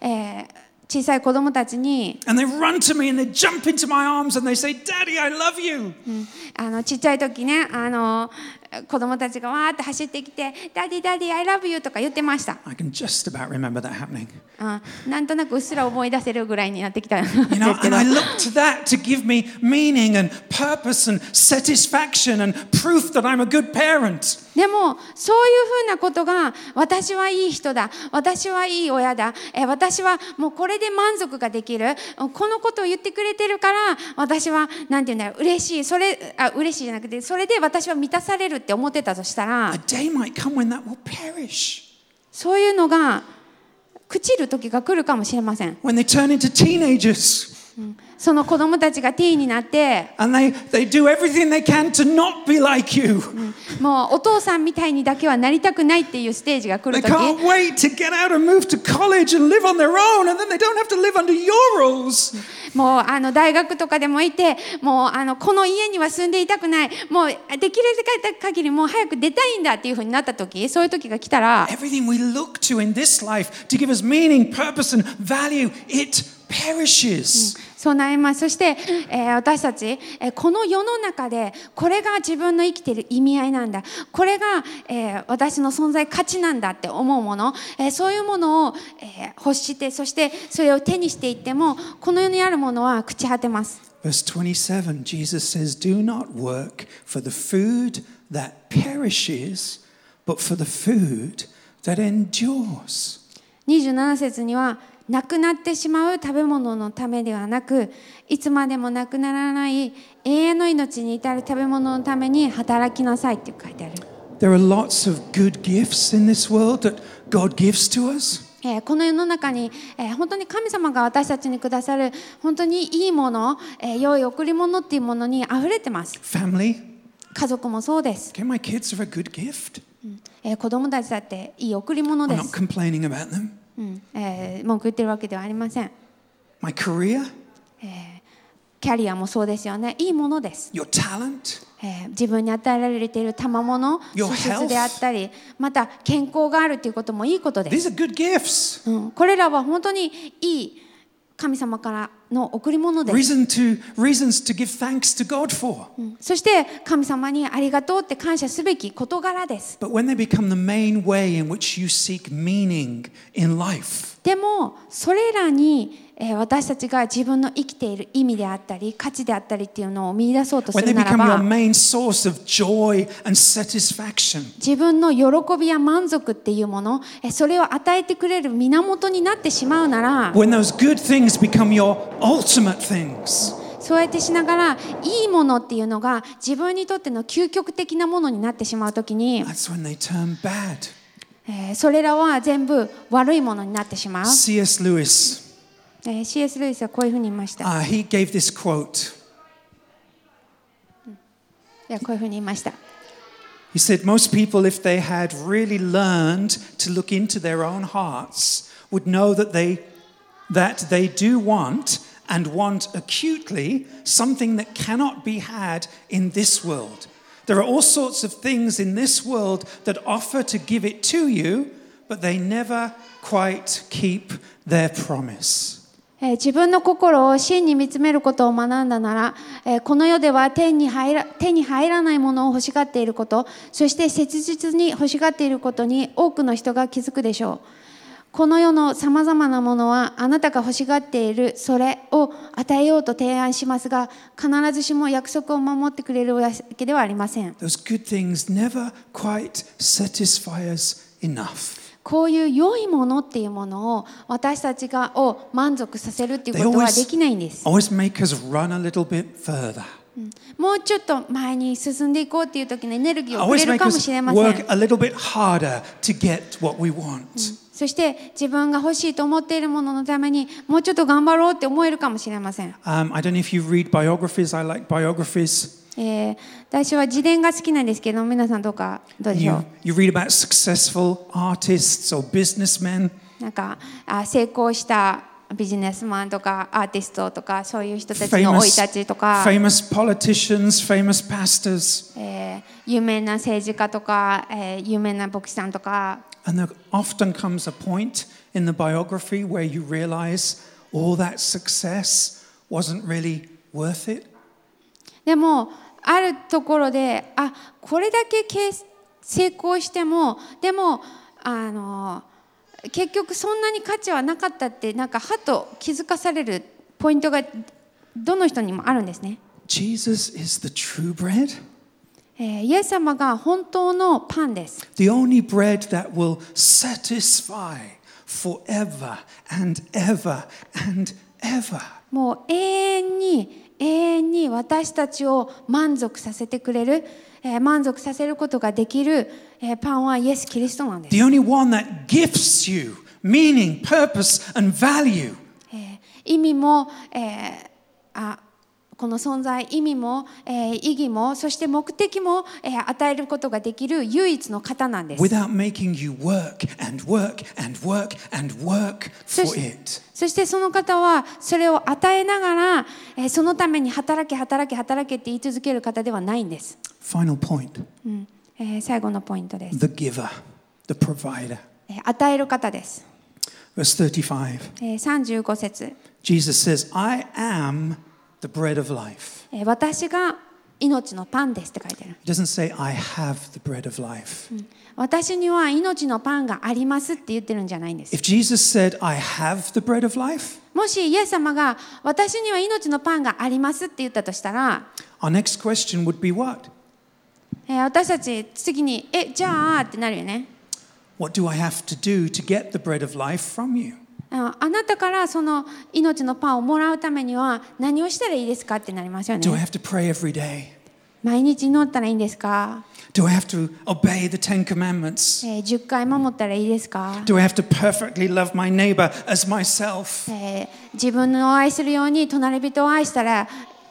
[SPEAKER 2] えー小さい子供たちに
[SPEAKER 1] and they run to me and they jump into my arms and they say, Daddy, I love you.
[SPEAKER 2] あのちっちゃい時ねあの子供たちがわーって走ってきて「ダディダディ I love you」とか言ってました、
[SPEAKER 1] I can just about remember that happening.
[SPEAKER 2] うん、なんとなくうっすら思い出せるぐらいになってきたんですけ
[SPEAKER 1] You know,
[SPEAKER 2] ど
[SPEAKER 1] and I look to that to give me meaning and purpose and satisfaction and proof that I'm a good parent.
[SPEAKER 2] でもそういうふうなことが私はいい人だ私はいい親だえー私はもうこれで満足ができるこのことを言ってくれてるから私はなんて言うんだろう嬉しいそれあ嬉しいじゃなくてそれで私は満たされるって思ってたとした
[SPEAKER 1] A
[SPEAKER 2] ら
[SPEAKER 1] day might come when that will perish.
[SPEAKER 2] そういうのが朽ちる時が来るかもしれません
[SPEAKER 1] when they turn into teenagers
[SPEAKER 2] その子供たちがティーンになって、
[SPEAKER 1] and they, they do everything they can to not be like you.
[SPEAKER 2] もうお父さんみたいにだけはなりたくないっていうステージが来
[SPEAKER 1] They
[SPEAKER 2] る時
[SPEAKER 1] can't wait to get out and move to college and live on their own, and then they don't have to live under your rules.
[SPEAKER 2] もうあの大学とかでもいてもうあのこの家には住んでいたくないもうできる限りもう早く出たいんだっていうふうになった時そういう時が来たら
[SPEAKER 1] Everything we look to in this life to give us meaning, purpose, and value, it perishes.
[SPEAKER 2] そうなりますそして、えー私たち、えーこの世の中でこれが自分の生きている意味合いなんだこれが、えー私の存在価値なんだって思うもの、えーそういうものを、えー欲してそしてそれを手にしていってもこの世にあるものは朽ち果てます
[SPEAKER 1] Verse 27, Jesus says, Do not work for the food that perishes, but for the food that endures.
[SPEAKER 2] 27節にはなくなってしまう食べ物のためではなくいつまでもなくならない永遠の命に至る食べ物のために働きなさいって書いてある、
[SPEAKER 1] There are lots of good gifts in this world that God gives to us.
[SPEAKER 2] えーこの世の中に、えー本当に神様が私たちにくださる本当にいいもの、えー良い贈り物っていうものにあふれてます
[SPEAKER 1] Family.
[SPEAKER 2] 家族もそうです、
[SPEAKER 1] Okay, my kids are a good gift.
[SPEAKER 2] えー子供たちだっていい贈り物
[SPEAKER 1] I'm
[SPEAKER 2] で
[SPEAKER 1] not
[SPEAKER 2] す、
[SPEAKER 1] complaining about them.
[SPEAKER 2] うんえー文句言ってるわけではありません
[SPEAKER 1] My career,
[SPEAKER 2] キャリアもそうですよねいいものです
[SPEAKER 1] your talent,
[SPEAKER 2] えー自分に与えられている賜物
[SPEAKER 1] Your
[SPEAKER 2] 資質であったりまた健康があるということもいいことです、
[SPEAKER 1] these are good gifts.
[SPEAKER 2] うん、これらは本当にいい神様からの贈り物です、
[SPEAKER 1] Reason to, reasons to give thanks to God for.
[SPEAKER 2] うんそして神様にありがとうって感謝すべき事柄です
[SPEAKER 1] But when they become the main way in which you seek meaning in life,
[SPEAKER 2] でもそれらにえー私たちが自分の生きている意味であったり価値であったりっていうのを見出そうとす
[SPEAKER 1] when they
[SPEAKER 2] るなら
[SPEAKER 1] become your
[SPEAKER 2] ば
[SPEAKER 1] main source of joy and satisfaction,
[SPEAKER 2] 自分の喜びや満足っていうものえーそれを与えてくれる源になってしまうなら
[SPEAKER 1] when those good things become your ultimate things,
[SPEAKER 2] そうやってしながらいいものっていうのが自分にとっての究極的なものになってしまうときに、
[SPEAKER 1] that's when they turn bad.
[SPEAKER 2] えーそれらは全部悪いものになってしまう、
[SPEAKER 1] C.S. Lewis,
[SPEAKER 2] えー CS ルイスはこういうふうに言いました、
[SPEAKER 1] uh, he gave this quote.
[SPEAKER 2] いやこういうふうに言いました、
[SPEAKER 1] He said, Most people, if they had really learned to look into their own hearts, would know that they, that they do want and want acutely something that cannot be had in this world. There are all sorts of things in this world that offer to give it to you, but they never quite keep their promise.
[SPEAKER 2] えー自分の心を真に見つめることを学んだなら、えーこの世では手に入ら手に入らないものを欲しがっていることそして切実に欲しがっていることに多くの人が気づくでしょうこの世のさまざまなものはあなたが欲しがっているそれを与えようと提案しますが必ずしも約束を守ってくれるわけではありません
[SPEAKER 1] Those good things never quite satisfy us enough.
[SPEAKER 2] こういう良いものっていうものを私たちがを満足させるっていう
[SPEAKER 1] They
[SPEAKER 2] ことは
[SPEAKER 1] always,
[SPEAKER 2] できないんです
[SPEAKER 1] always make us run a little bit further.
[SPEAKER 2] もうちょっと前に進んでいこうっていう時のエネルギーをくれ
[SPEAKER 1] always
[SPEAKER 2] る
[SPEAKER 1] make
[SPEAKER 2] かも
[SPEAKER 1] us
[SPEAKER 2] しれませ
[SPEAKER 1] work
[SPEAKER 2] ん
[SPEAKER 1] a little bit harder to get what we want.
[SPEAKER 2] そして自分が欲しいと思っているもののためにもうちょっと頑張ろうって思えるかもしれません、
[SPEAKER 1] Um, I don't know if you read biographies. I like biographies.
[SPEAKER 2] えー私は自伝が好きなんですけど皆さんどうかどうでしょ
[SPEAKER 1] You, you read about successful artists or businessmen,
[SPEAKER 2] うなんかあ成功したビジネスマンとかアーティストとかそういう人たちの生い
[SPEAKER 1] famous,
[SPEAKER 2] 立ちとか、
[SPEAKER 1] famous politicians, famous pastors,
[SPEAKER 2] えー有名な政治家とか、えー有名な牧師さんとか
[SPEAKER 1] and there often comes a point in the biography where you realize all that success wasn't really worth it.
[SPEAKER 2] でもあるところであこれだけけい成功してもでもあの結局そんなに価値はなかったってなんかはと気づかされるポイントがどの人にもあるんですね。
[SPEAKER 1] Jesus is the true bread,
[SPEAKER 2] えーイエス様が本当のパンです。
[SPEAKER 1] the only bread that will satisfy forever and ever and ever.
[SPEAKER 2] もう永遠に永遠に私たちを満足させてくれる、えー満足させることができる、えーパンはイエス・キリストなんです。
[SPEAKER 1] The only one that gifts you meaning, purpose, and value.
[SPEAKER 2] えー意味も、えーあこの存在意味も、えー意義もそして目的も、えー与えることができる唯一の方なんです
[SPEAKER 1] without making you work and work and work and work for
[SPEAKER 2] そし
[SPEAKER 1] it.
[SPEAKER 2] そしてその方はそれを与えながら、えーそのために働け働け働けって言い続ける方ではないんです、
[SPEAKER 1] Final point
[SPEAKER 2] うんえー最後のポイントです、
[SPEAKER 1] the giver, the provider.
[SPEAKER 2] えー与える方です、
[SPEAKER 1] Verse 35
[SPEAKER 2] えー35節、
[SPEAKER 1] Jesus says, I am the bread of life.
[SPEAKER 2] えー私が命のパンですって書いてある
[SPEAKER 1] He doesn't say, I have the bread of life.
[SPEAKER 2] 私には命のパンがありますって言ってるんじゃないんです
[SPEAKER 1] If Jesus said, I have the bread of life,
[SPEAKER 2] もしイエス様が私には命のパンがありますって言ったとしたら、
[SPEAKER 1] our next question would be what?
[SPEAKER 2] えー私たち次に「えじゃあ」ってなるよね
[SPEAKER 1] What do I have to do to get the bread of life from you?
[SPEAKER 2] ああなたからその命のパンをもらうためには何をしたらいいですかってなりますよ
[SPEAKER 1] Do I
[SPEAKER 2] ね
[SPEAKER 1] have to pray every day?
[SPEAKER 2] 毎日祈ったらいいんですか、
[SPEAKER 1] Do I have to obey the Ten Commandments?
[SPEAKER 2] えー10回守ったらいいですか、
[SPEAKER 1] Do I have to perfectly love my neighbor as myself?
[SPEAKER 2] えー自分の愛するように隣人を愛したら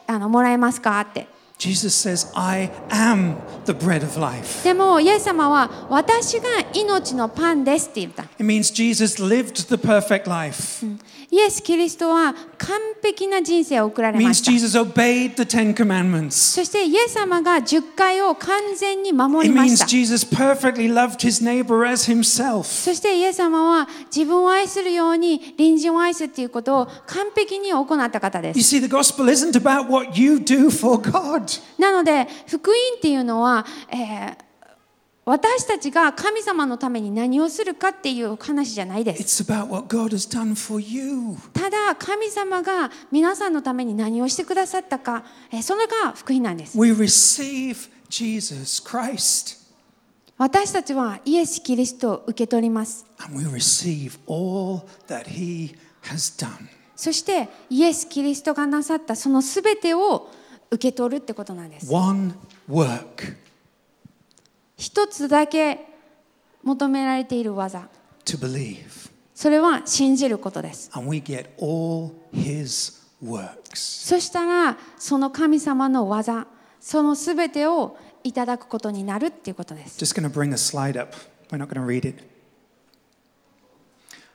[SPEAKER 2] あのもらえますかって
[SPEAKER 1] Jesus says, I am the bread of life.
[SPEAKER 2] でもイエス様は私が命のパンですって言った
[SPEAKER 1] It means Jesus lived the perfect life.
[SPEAKER 2] イエス・キリストは完璧な人生を送ら
[SPEAKER 1] It
[SPEAKER 2] れま
[SPEAKER 1] means
[SPEAKER 2] した
[SPEAKER 1] Jesus obeyed the Ten Commandments.
[SPEAKER 2] そしてイエス様が10回を完全に守
[SPEAKER 1] It
[SPEAKER 2] りまし
[SPEAKER 1] means
[SPEAKER 2] た。
[SPEAKER 1] Jesus perfectly loved his neighbor as himself.
[SPEAKER 2] そしてイエス様は自分を愛するように隣人を愛すっていうことを完璧に行った方で
[SPEAKER 1] You
[SPEAKER 2] す。
[SPEAKER 1] see, the gospel isn't about what you do for God.
[SPEAKER 2] なので福音っていうのは、えー私たちが神様のために何をするかっていう話じゃないで
[SPEAKER 1] It's
[SPEAKER 2] す。
[SPEAKER 1] about what God has done for you.
[SPEAKER 2] ただ神様が皆さんのために何をしてくださったか、えーそれが福音なんです。
[SPEAKER 1] We receive Jesus Christ
[SPEAKER 2] 私たちはイエス・キリストを受け取ります。
[SPEAKER 1] and we receive all that he has done.
[SPEAKER 2] そしてイエス・キリストがなさったそのすべてを受け取るってことなんです。
[SPEAKER 1] One work
[SPEAKER 2] 一つだけ求められている技、
[SPEAKER 1] to believe.
[SPEAKER 2] それは信じることです。
[SPEAKER 1] and we get all his works.
[SPEAKER 2] そしたらその神様の技、そのすべてをいただくことになるっていうことです。
[SPEAKER 1] Just going to bring a slide up. We're not going to read it.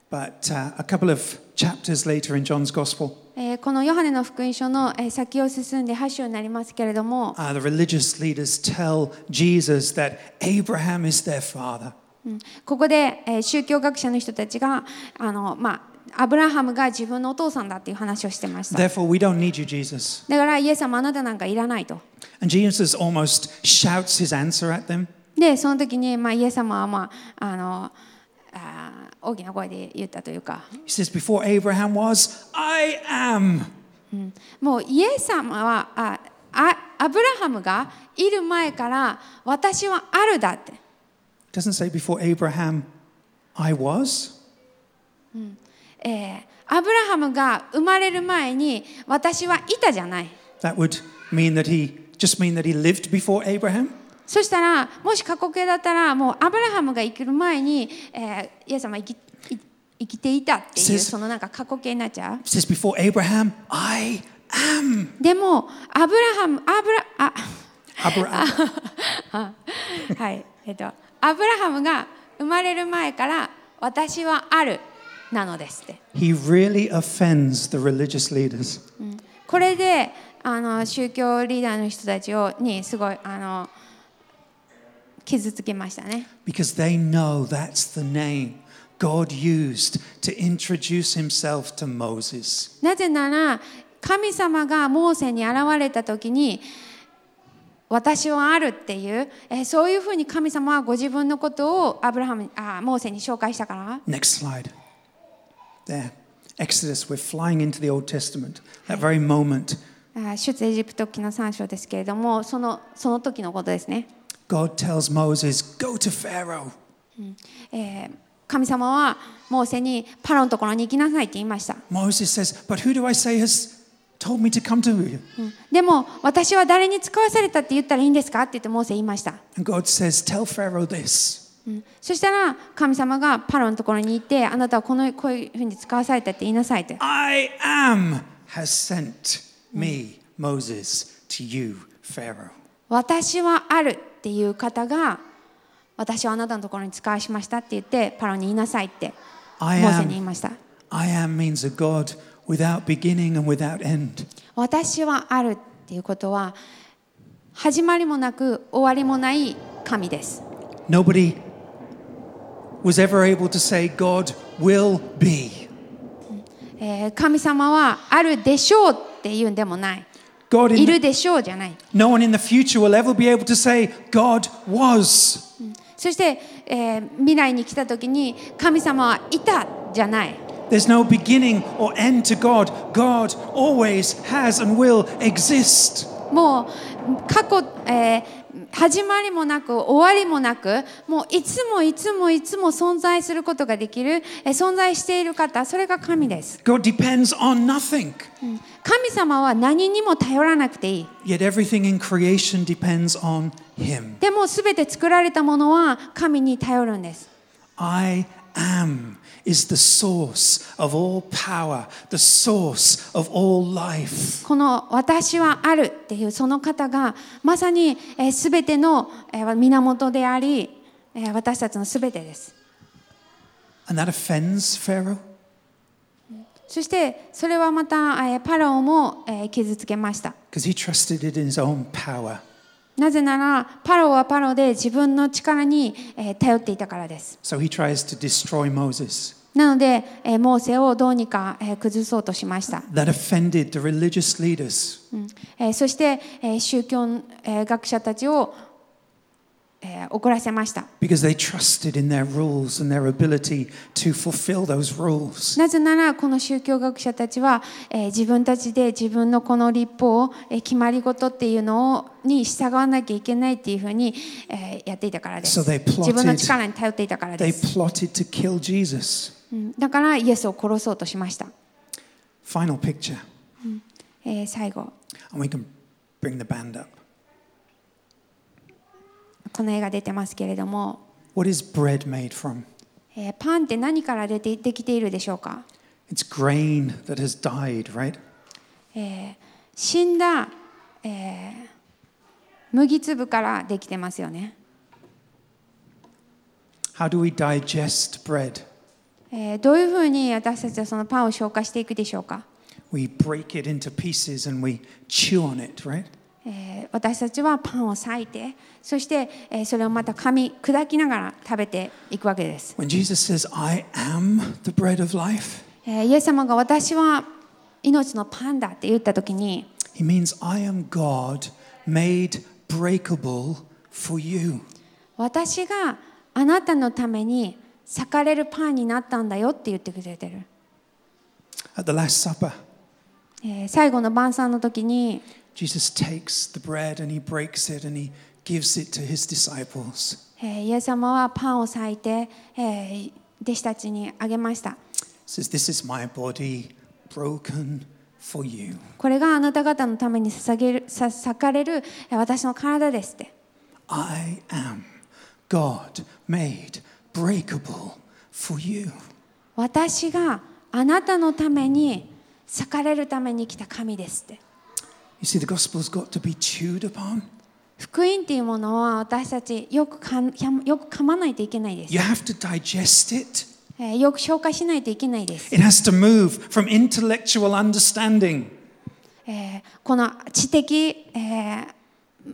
[SPEAKER 1] But uh, a couple of chapters later in John's Gospel,
[SPEAKER 2] えーこのヨハネの福音書の、えー先を進んで8章になりますけれども、
[SPEAKER 1] uh, the religious leaders tell Jesus that Abraham is their father.
[SPEAKER 2] うんここで、えー宗教学者の人たちがあの、まあ、アブラハムが自分のお父さんだっていう話をしてました。
[SPEAKER 1] Therefore, we don't need you, Jesus.
[SPEAKER 2] だからイエス様あなたなんかいらないと。
[SPEAKER 1] And Jesus almost shouts his answer at them.
[SPEAKER 2] でその時に、まあ、イエス様は、まあ、あのあー大きな声で言ったというか
[SPEAKER 1] He says, Before Abraham was, I am.
[SPEAKER 2] もうイエス様はああアブラハムがいる前から私はあるだって
[SPEAKER 1] It doesn't say before Abraham, I was.
[SPEAKER 2] えーアブラハムが生まれる前に私はいたじゃない
[SPEAKER 1] That would mean that he just mean that he lived before Abraham.
[SPEAKER 2] そしたらもし過去形だったらもうアブラハムが生きる前に、えーイエス様は生きい生きていたっていう
[SPEAKER 1] Says-
[SPEAKER 2] そのなんか過去形になっちゃう
[SPEAKER 1] It says before Abraham, I am
[SPEAKER 2] でもアブラハムアブラあ
[SPEAKER 1] Abraham.
[SPEAKER 2] はい、えっと、アブラハムが生まれる前から私はあるなのですって。
[SPEAKER 1] He really offends the religious leaders.
[SPEAKER 2] これであの宗教リーダーの人たちをにすごいあの傷つけましたね。
[SPEAKER 1] Because they know that's the name God used to introduce himself to Moses.
[SPEAKER 2] なぜなら神様がモーセに現れた時に私はあるっていう、えーそういうふうに神様はご自分のことをアブラハムあモーセに紹介したから。
[SPEAKER 1] Next slide. There. Exodus, we're flying into the Old Testament. That very moment,
[SPEAKER 2] あ出エジプト記の3章ですけれどもそのその時のことですね。
[SPEAKER 1] God tells Moses, Go to Pharaoh.
[SPEAKER 2] えー神様はモーセにパロのところに行きなさいって言いました、
[SPEAKER 1] Moses says, But who do I say has told me to come to you?
[SPEAKER 2] うんでも私は誰に使わされたって言ったらいいんですかって言ってモーセ言いました
[SPEAKER 1] And God says, Tell Pharaoh this.
[SPEAKER 2] うんそしたら神様がパロのところに行ってあなたはこのこういうふうに使わされたって言いなさいって
[SPEAKER 1] I am has sent me, Moses, to you, Pharaoh.
[SPEAKER 2] 私はあるっていう方が私はあなたのところに使わしましたって言ってパロに言いなさいってモ
[SPEAKER 1] I
[SPEAKER 2] ーセに言い
[SPEAKER 1] am.
[SPEAKER 2] ました
[SPEAKER 1] I am means a God without beginning and without end.
[SPEAKER 2] 私はあるっていうことは始まりもなく終わりもない神です
[SPEAKER 1] Nobody was ever able to say, God will be.
[SPEAKER 2] えー神様はあるでしょうっていうんでもない
[SPEAKER 1] God
[SPEAKER 2] い
[SPEAKER 1] in
[SPEAKER 2] るでしょうじゃない
[SPEAKER 1] no one in the future will ever be able to say, God was.
[SPEAKER 2] そして、えー未来に来た時に神様はいたじゃない
[SPEAKER 1] There's no beginning or end to God. God always has and will exist.
[SPEAKER 2] もう過去、えー始まりもなく終わりもなくもういつもいつもいつも存在することができる、えー存在している方それが神です
[SPEAKER 1] God depends on nothing.
[SPEAKER 2] 神様は何にも頼らなくていい
[SPEAKER 1] Yet everything in creation depends on Him.
[SPEAKER 2] でも全て作られたものは神に頼るんです
[SPEAKER 1] I am is the source of all power, the source of all life.
[SPEAKER 2] この「私はある」っていうその方がまさに、えー、全ての、えー源であり、えー私たちの全てです
[SPEAKER 1] And that offends Pharaoh.
[SPEAKER 2] そしてそれはまた、えーパラオも、えー傷つけました
[SPEAKER 1] because he trusted it in his own power.
[SPEAKER 2] なぜならパロはパロで自分の力に、えー頼っていたからです
[SPEAKER 1] So he tries to destroy Moses.
[SPEAKER 2] なので、えーモーセをどうにか、えー崩そうとしました、
[SPEAKER 1] That offended the religious leaders.
[SPEAKER 2] うんえーそして、えー宗教、えー学者たちを、えー怒らせました
[SPEAKER 1] Because they trusted in their rules and their ability to fulfill those rules.
[SPEAKER 2] なぜならこの宗教学者たちは、えー自分たちで自分のこの立法を、えー決まり事っていうのをに従わなきゃいけないっていうふうに、えーやっていたからです
[SPEAKER 1] So they plotted.
[SPEAKER 2] 自分の力に頼っていたからで
[SPEAKER 1] They
[SPEAKER 2] す、
[SPEAKER 1] plotted to kill Jesus.
[SPEAKER 2] うんだからイエスを殺そうとしました、
[SPEAKER 1] Final picture.
[SPEAKER 2] えー最後
[SPEAKER 1] And we can bring the band up.
[SPEAKER 2] この絵が出てますけれども、
[SPEAKER 1] What is bread made from?
[SPEAKER 2] えーパンって何から出てできているでしょうか、
[SPEAKER 1] It's grain that has died, right?
[SPEAKER 2] えー死んだ、えー麦粒からできてますよね、
[SPEAKER 1] How do we digest bread?
[SPEAKER 2] えーどういうふうに私たちはそのパンを消化していくでしょうか、
[SPEAKER 1] We break it into pieces and we chew on it, right?
[SPEAKER 2] えー私たちはパンを裂いてそして、えーそれをまた噛み砕きながら食べていくわけです、
[SPEAKER 1] When Jesus says, I am the bread of life,
[SPEAKER 2] えーイエス様が私は命のパンだって言った時に
[SPEAKER 1] he means, I am God made breakable for you.
[SPEAKER 2] 私があなたのために裂かれるパンになったんだよって言ってくれてる
[SPEAKER 1] At the Last Supper,
[SPEAKER 2] えー最後の晩餐の時に、
[SPEAKER 1] Jesus takes the bread and he breaks it and he gives it to his disciples.
[SPEAKER 2] えーイエス様はパンを裂いて、えー弟子たちにあげました
[SPEAKER 1] He says, This is my body broken for you.
[SPEAKER 2] これがあなた方のために捧げるさ裂かれるえー私の体ですって
[SPEAKER 1] I am God made breakable for you.
[SPEAKER 2] 私があなたのために裂かれるために来た神ですって
[SPEAKER 1] You see, the gospel's got to be chewed upon.
[SPEAKER 2] 福音っていうものは私たちよくかんよく噛まないといけないです、
[SPEAKER 1] You have to digest it.
[SPEAKER 2] えーよく消化しないといけないです、
[SPEAKER 1] It has to move from intellectual understanding
[SPEAKER 2] えーこの知的、えー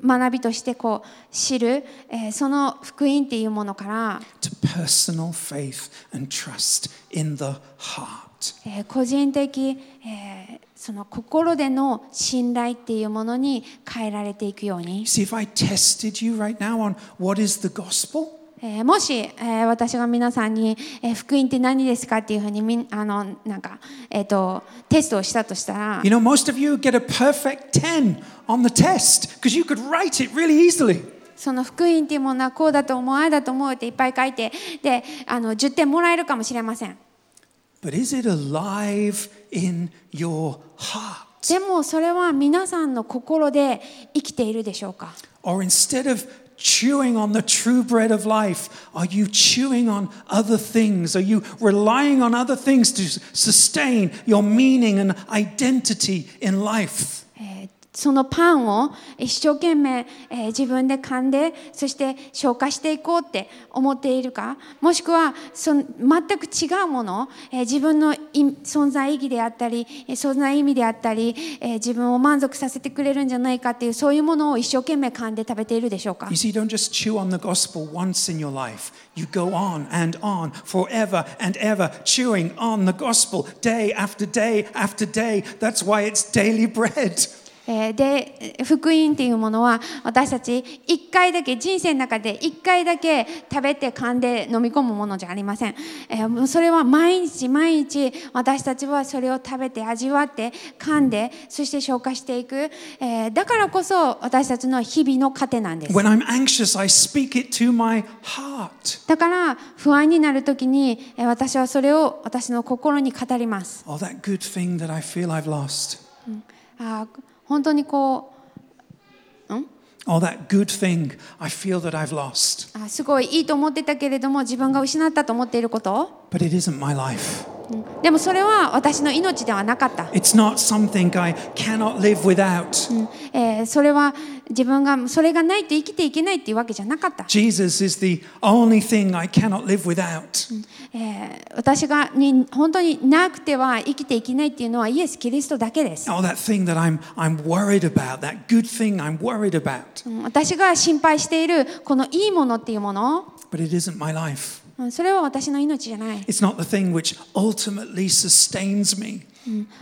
[SPEAKER 2] 学びとしてこう知る、えーその福音っていうものから、
[SPEAKER 1] to personal faith and trust in the heart.
[SPEAKER 2] えー個人的、えーその心での信頼っていうものに変えられていくように
[SPEAKER 1] You、see, if I tested you right now on what is the gospel,
[SPEAKER 2] えーもし、えー私が皆さんに、えー福音って何ですかっていうふうにみんあのなんか、えー、とテストをしたとしたら
[SPEAKER 1] you、know, most of you get a perfect 10 on the test because you could write it really easily.
[SPEAKER 2] その福音っていうものはこうだと思うああだと思うっていっぱい書いてであの10点もらえるかもしれません
[SPEAKER 1] But is it alive in your heart?
[SPEAKER 2] でもそれは皆さんの心で生きているでしょうか
[SPEAKER 1] Or instead of chewing on the true bread of life? Are you chewing on other things? Are you relying on other things to sustain your meaning and identity in life?
[SPEAKER 2] えーそのパンをえー一生懸命、えー自分で噛んでそして消化していこうって思っているかもしくはその全く違うもの、えー自分のい存在意義であったりえー存在意味であったり、えー自分を満足させてくれるんじゃないかっていうそういうものを一生懸命噛んで食べているでしょうか
[SPEAKER 1] You see, don't just chew on the gospel once in your life. You go on and on forever and ever, chewing on the gospel day after day after day. That's why it's daily bread.
[SPEAKER 2] えーでえー福音っていうものは私たち一回だけ人生の中で一回だけ食べて噛んで飲み込むものじゃありません、えーもうそれは毎日毎日私たちはそれを食べて味わって噛んでそして消化していく、えーだからこそ私たちの日々の糧なんです
[SPEAKER 1] When I'm anxious, I speak it to my heart.
[SPEAKER 2] だから不安になる時にえー私はそれを私の心に語ります
[SPEAKER 1] Oh, that good thing that I feel I've lost.
[SPEAKER 2] あー本当にこう
[SPEAKER 1] Oh, that good thing I feel that I've lost.
[SPEAKER 2] あすごいいいと思ってたけれども自分が失ったと思っていること、
[SPEAKER 1] But it isn't my life.
[SPEAKER 2] うんでもそれは私の命ではなかった、
[SPEAKER 1] It's not something I cannot live without.
[SPEAKER 2] えーそれは自分がそれがないと生きていけないっていうわけじゃなかった、
[SPEAKER 1] Jesus is the only thing I cannot live without.
[SPEAKER 2] えー私がに本当になくては生きていけないっていうのはイエス・キリストだけです、
[SPEAKER 1] Oh, that thing that I'm, I'm worried about, that good thing I'm worried about.
[SPEAKER 2] うん私が心配しているこのいいものっていうもの
[SPEAKER 1] But it isn't my life.
[SPEAKER 2] うんそれは私の命じゃない
[SPEAKER 1] It's not the thing which ultimately sustains me.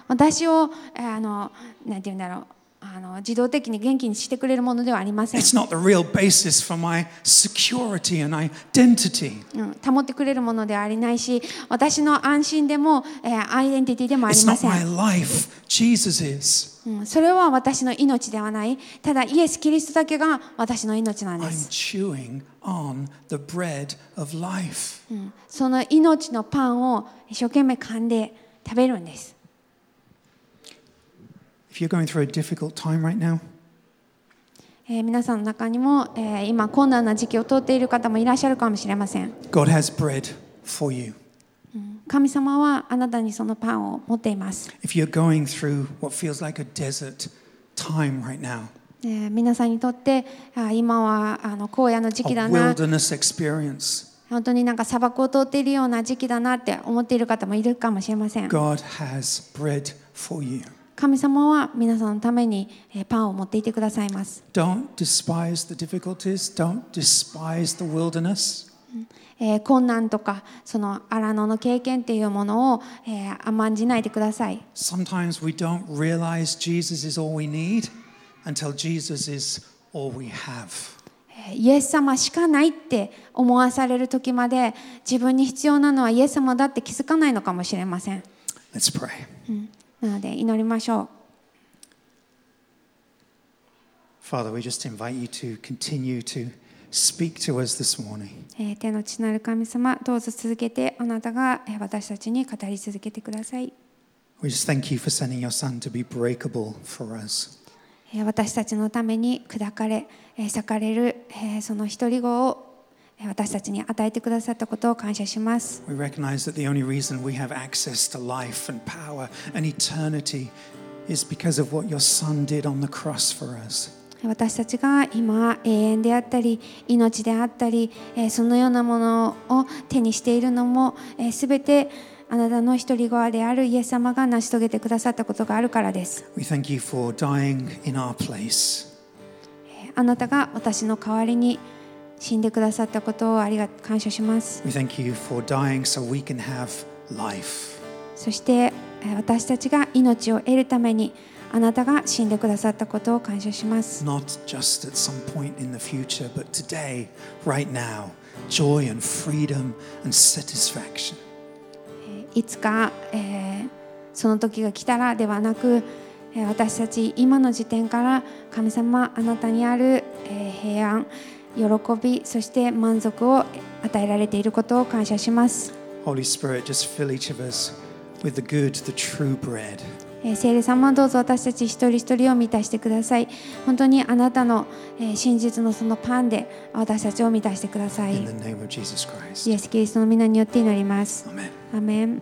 [SPEAKER 2] 私をえーあのなんて言うんだろうあの自動的に元気にしてくれるものではありません
[SPEAKER 1] It's not the real basis for my security and identity.
[SPEAKER 2] うん保ってくれるものではありないし私の安心でも、えーアイデンティティでもあり
[SPEAKER 1] It's
[SPEAKER 2] ま
[SPEAKER 1] not
[SPEAKER 2] せ
[SPEAKER 1] my
[SPEAKER 2] ん、
[SPEAKER 1] life. Jesus is.
[SPEAKER 2] うんそれは私の命ではないただイエス・キリストだけが私の命なんで
[SPEAKER 1] I'm
[SPEAKER 2] す、
[SPEAKER 1] chewing on the bread of life.
[SPEAKER 2] うんその命のパンを一生懸命噛んで食べるんです、
[SPEAKER 1] If you're going through a difficult time right now,
[SPEAKER 2] えー皆さんの中にも、えー今困難な時期を通っている方もいらっしゃるかもしれません
[SPEAKER 1] God has bread for you.
[SPEAKER 2] 神様はあなたにそのパンを持っています、
[SPEAKER 1] If you're going through what feels like a desert time right now,
[SPEAKER 2] えー皆さんにとってあ今はあの荒野の時期
[SPEAKER 1] a
[SPEAKER 2] だな
[SPEAKER 1] wilderness experience,
[SPEAKER 2] 本当になんか砂漠を通っているような時期だなって思っている方もいるかもしれません
[SPEAKER 1] God has bread for you.
[SPEAKER 2] 神様は皆さんのためにえーパンを持っていてくださいます、
[SPEAKER 1] Don't despise the difficulties, don't despise the wilderness.
[SPEAKER 2] えー困難とかその荒野の経験っていうものを、えー甘んじないでください
[SPEAKER 1] Sometimes we don't realize Jesus is all we need until Jesus is all we have.
[SPEAKER 2] えーイエス様しかないって思わされる時まで自分に必要なのはイエス様だって気づかないのかもしれません
[SPEAKER 1] Let's pray.
[SPEAKER 2] なので祈りましょう
[SPEAKER 1] Father, we just invite you to continue to speak to us this morning.
[SPEAKER 2] えー天の父なる神様どうぞ続けてあなたがえー私たちに語り続けてください
[SPEAKER 1] We just thank you for sending your son to be breakable for us.
[SPEAKER 2] えー私たちのために砕かれえー裂かれるえーその独り子をえー私たちに与えてくださったことを感謝します、
[SPEAKER 1] We recognize that the only reason we have access to life and power and eternity is because of what your son did on the cross for us.
[SPEAKER 2] えー私たちが今永遠であったり命であったりえーそのようなものを手にしているのもえー全てあなたの独り子であるイエス様が成し遂げてくださったことがあるからです、
[SPEAKER 1] We thank you for dying in our place.
[SPEAKER 2] えーあなたが私の代わりに死んでくださったことをありが感謝します
[SPEAKER 1] We thank you for dying so we can have life.
[SPEAKER 2] そしてえー私たちが命を得るためにあなたが死んでくださったことを感謝します。
[SPEAKER 1] Not just at some point in the future, but today, right now, joy and freedom and satisfaction.
[SPEAKER 2] えーいつか、えーその時が来たらではなくえー私たち今の時点から神様あなたにある、えー平安喜びそして満足を与えられていることを感謝します。
[SPEAKER 1] Holy Spirit, just fill each of us with the good, the true bread.
[SPEAKER 2] えー聖霊様はどうぞ私たち一人一人を満たしてください本当にあなたの、えー真実のそのパンで私たちを満たしてくださ
[SPEAKER 1] In
[SPEAKER 2] い
[SPEAKER 1] the name of Jesus Christ.
[SPEAKER 2] イエス・キリストの皆によって祈ります
[SPEAKER 1] Amen.
[SPEAKER 2] アメン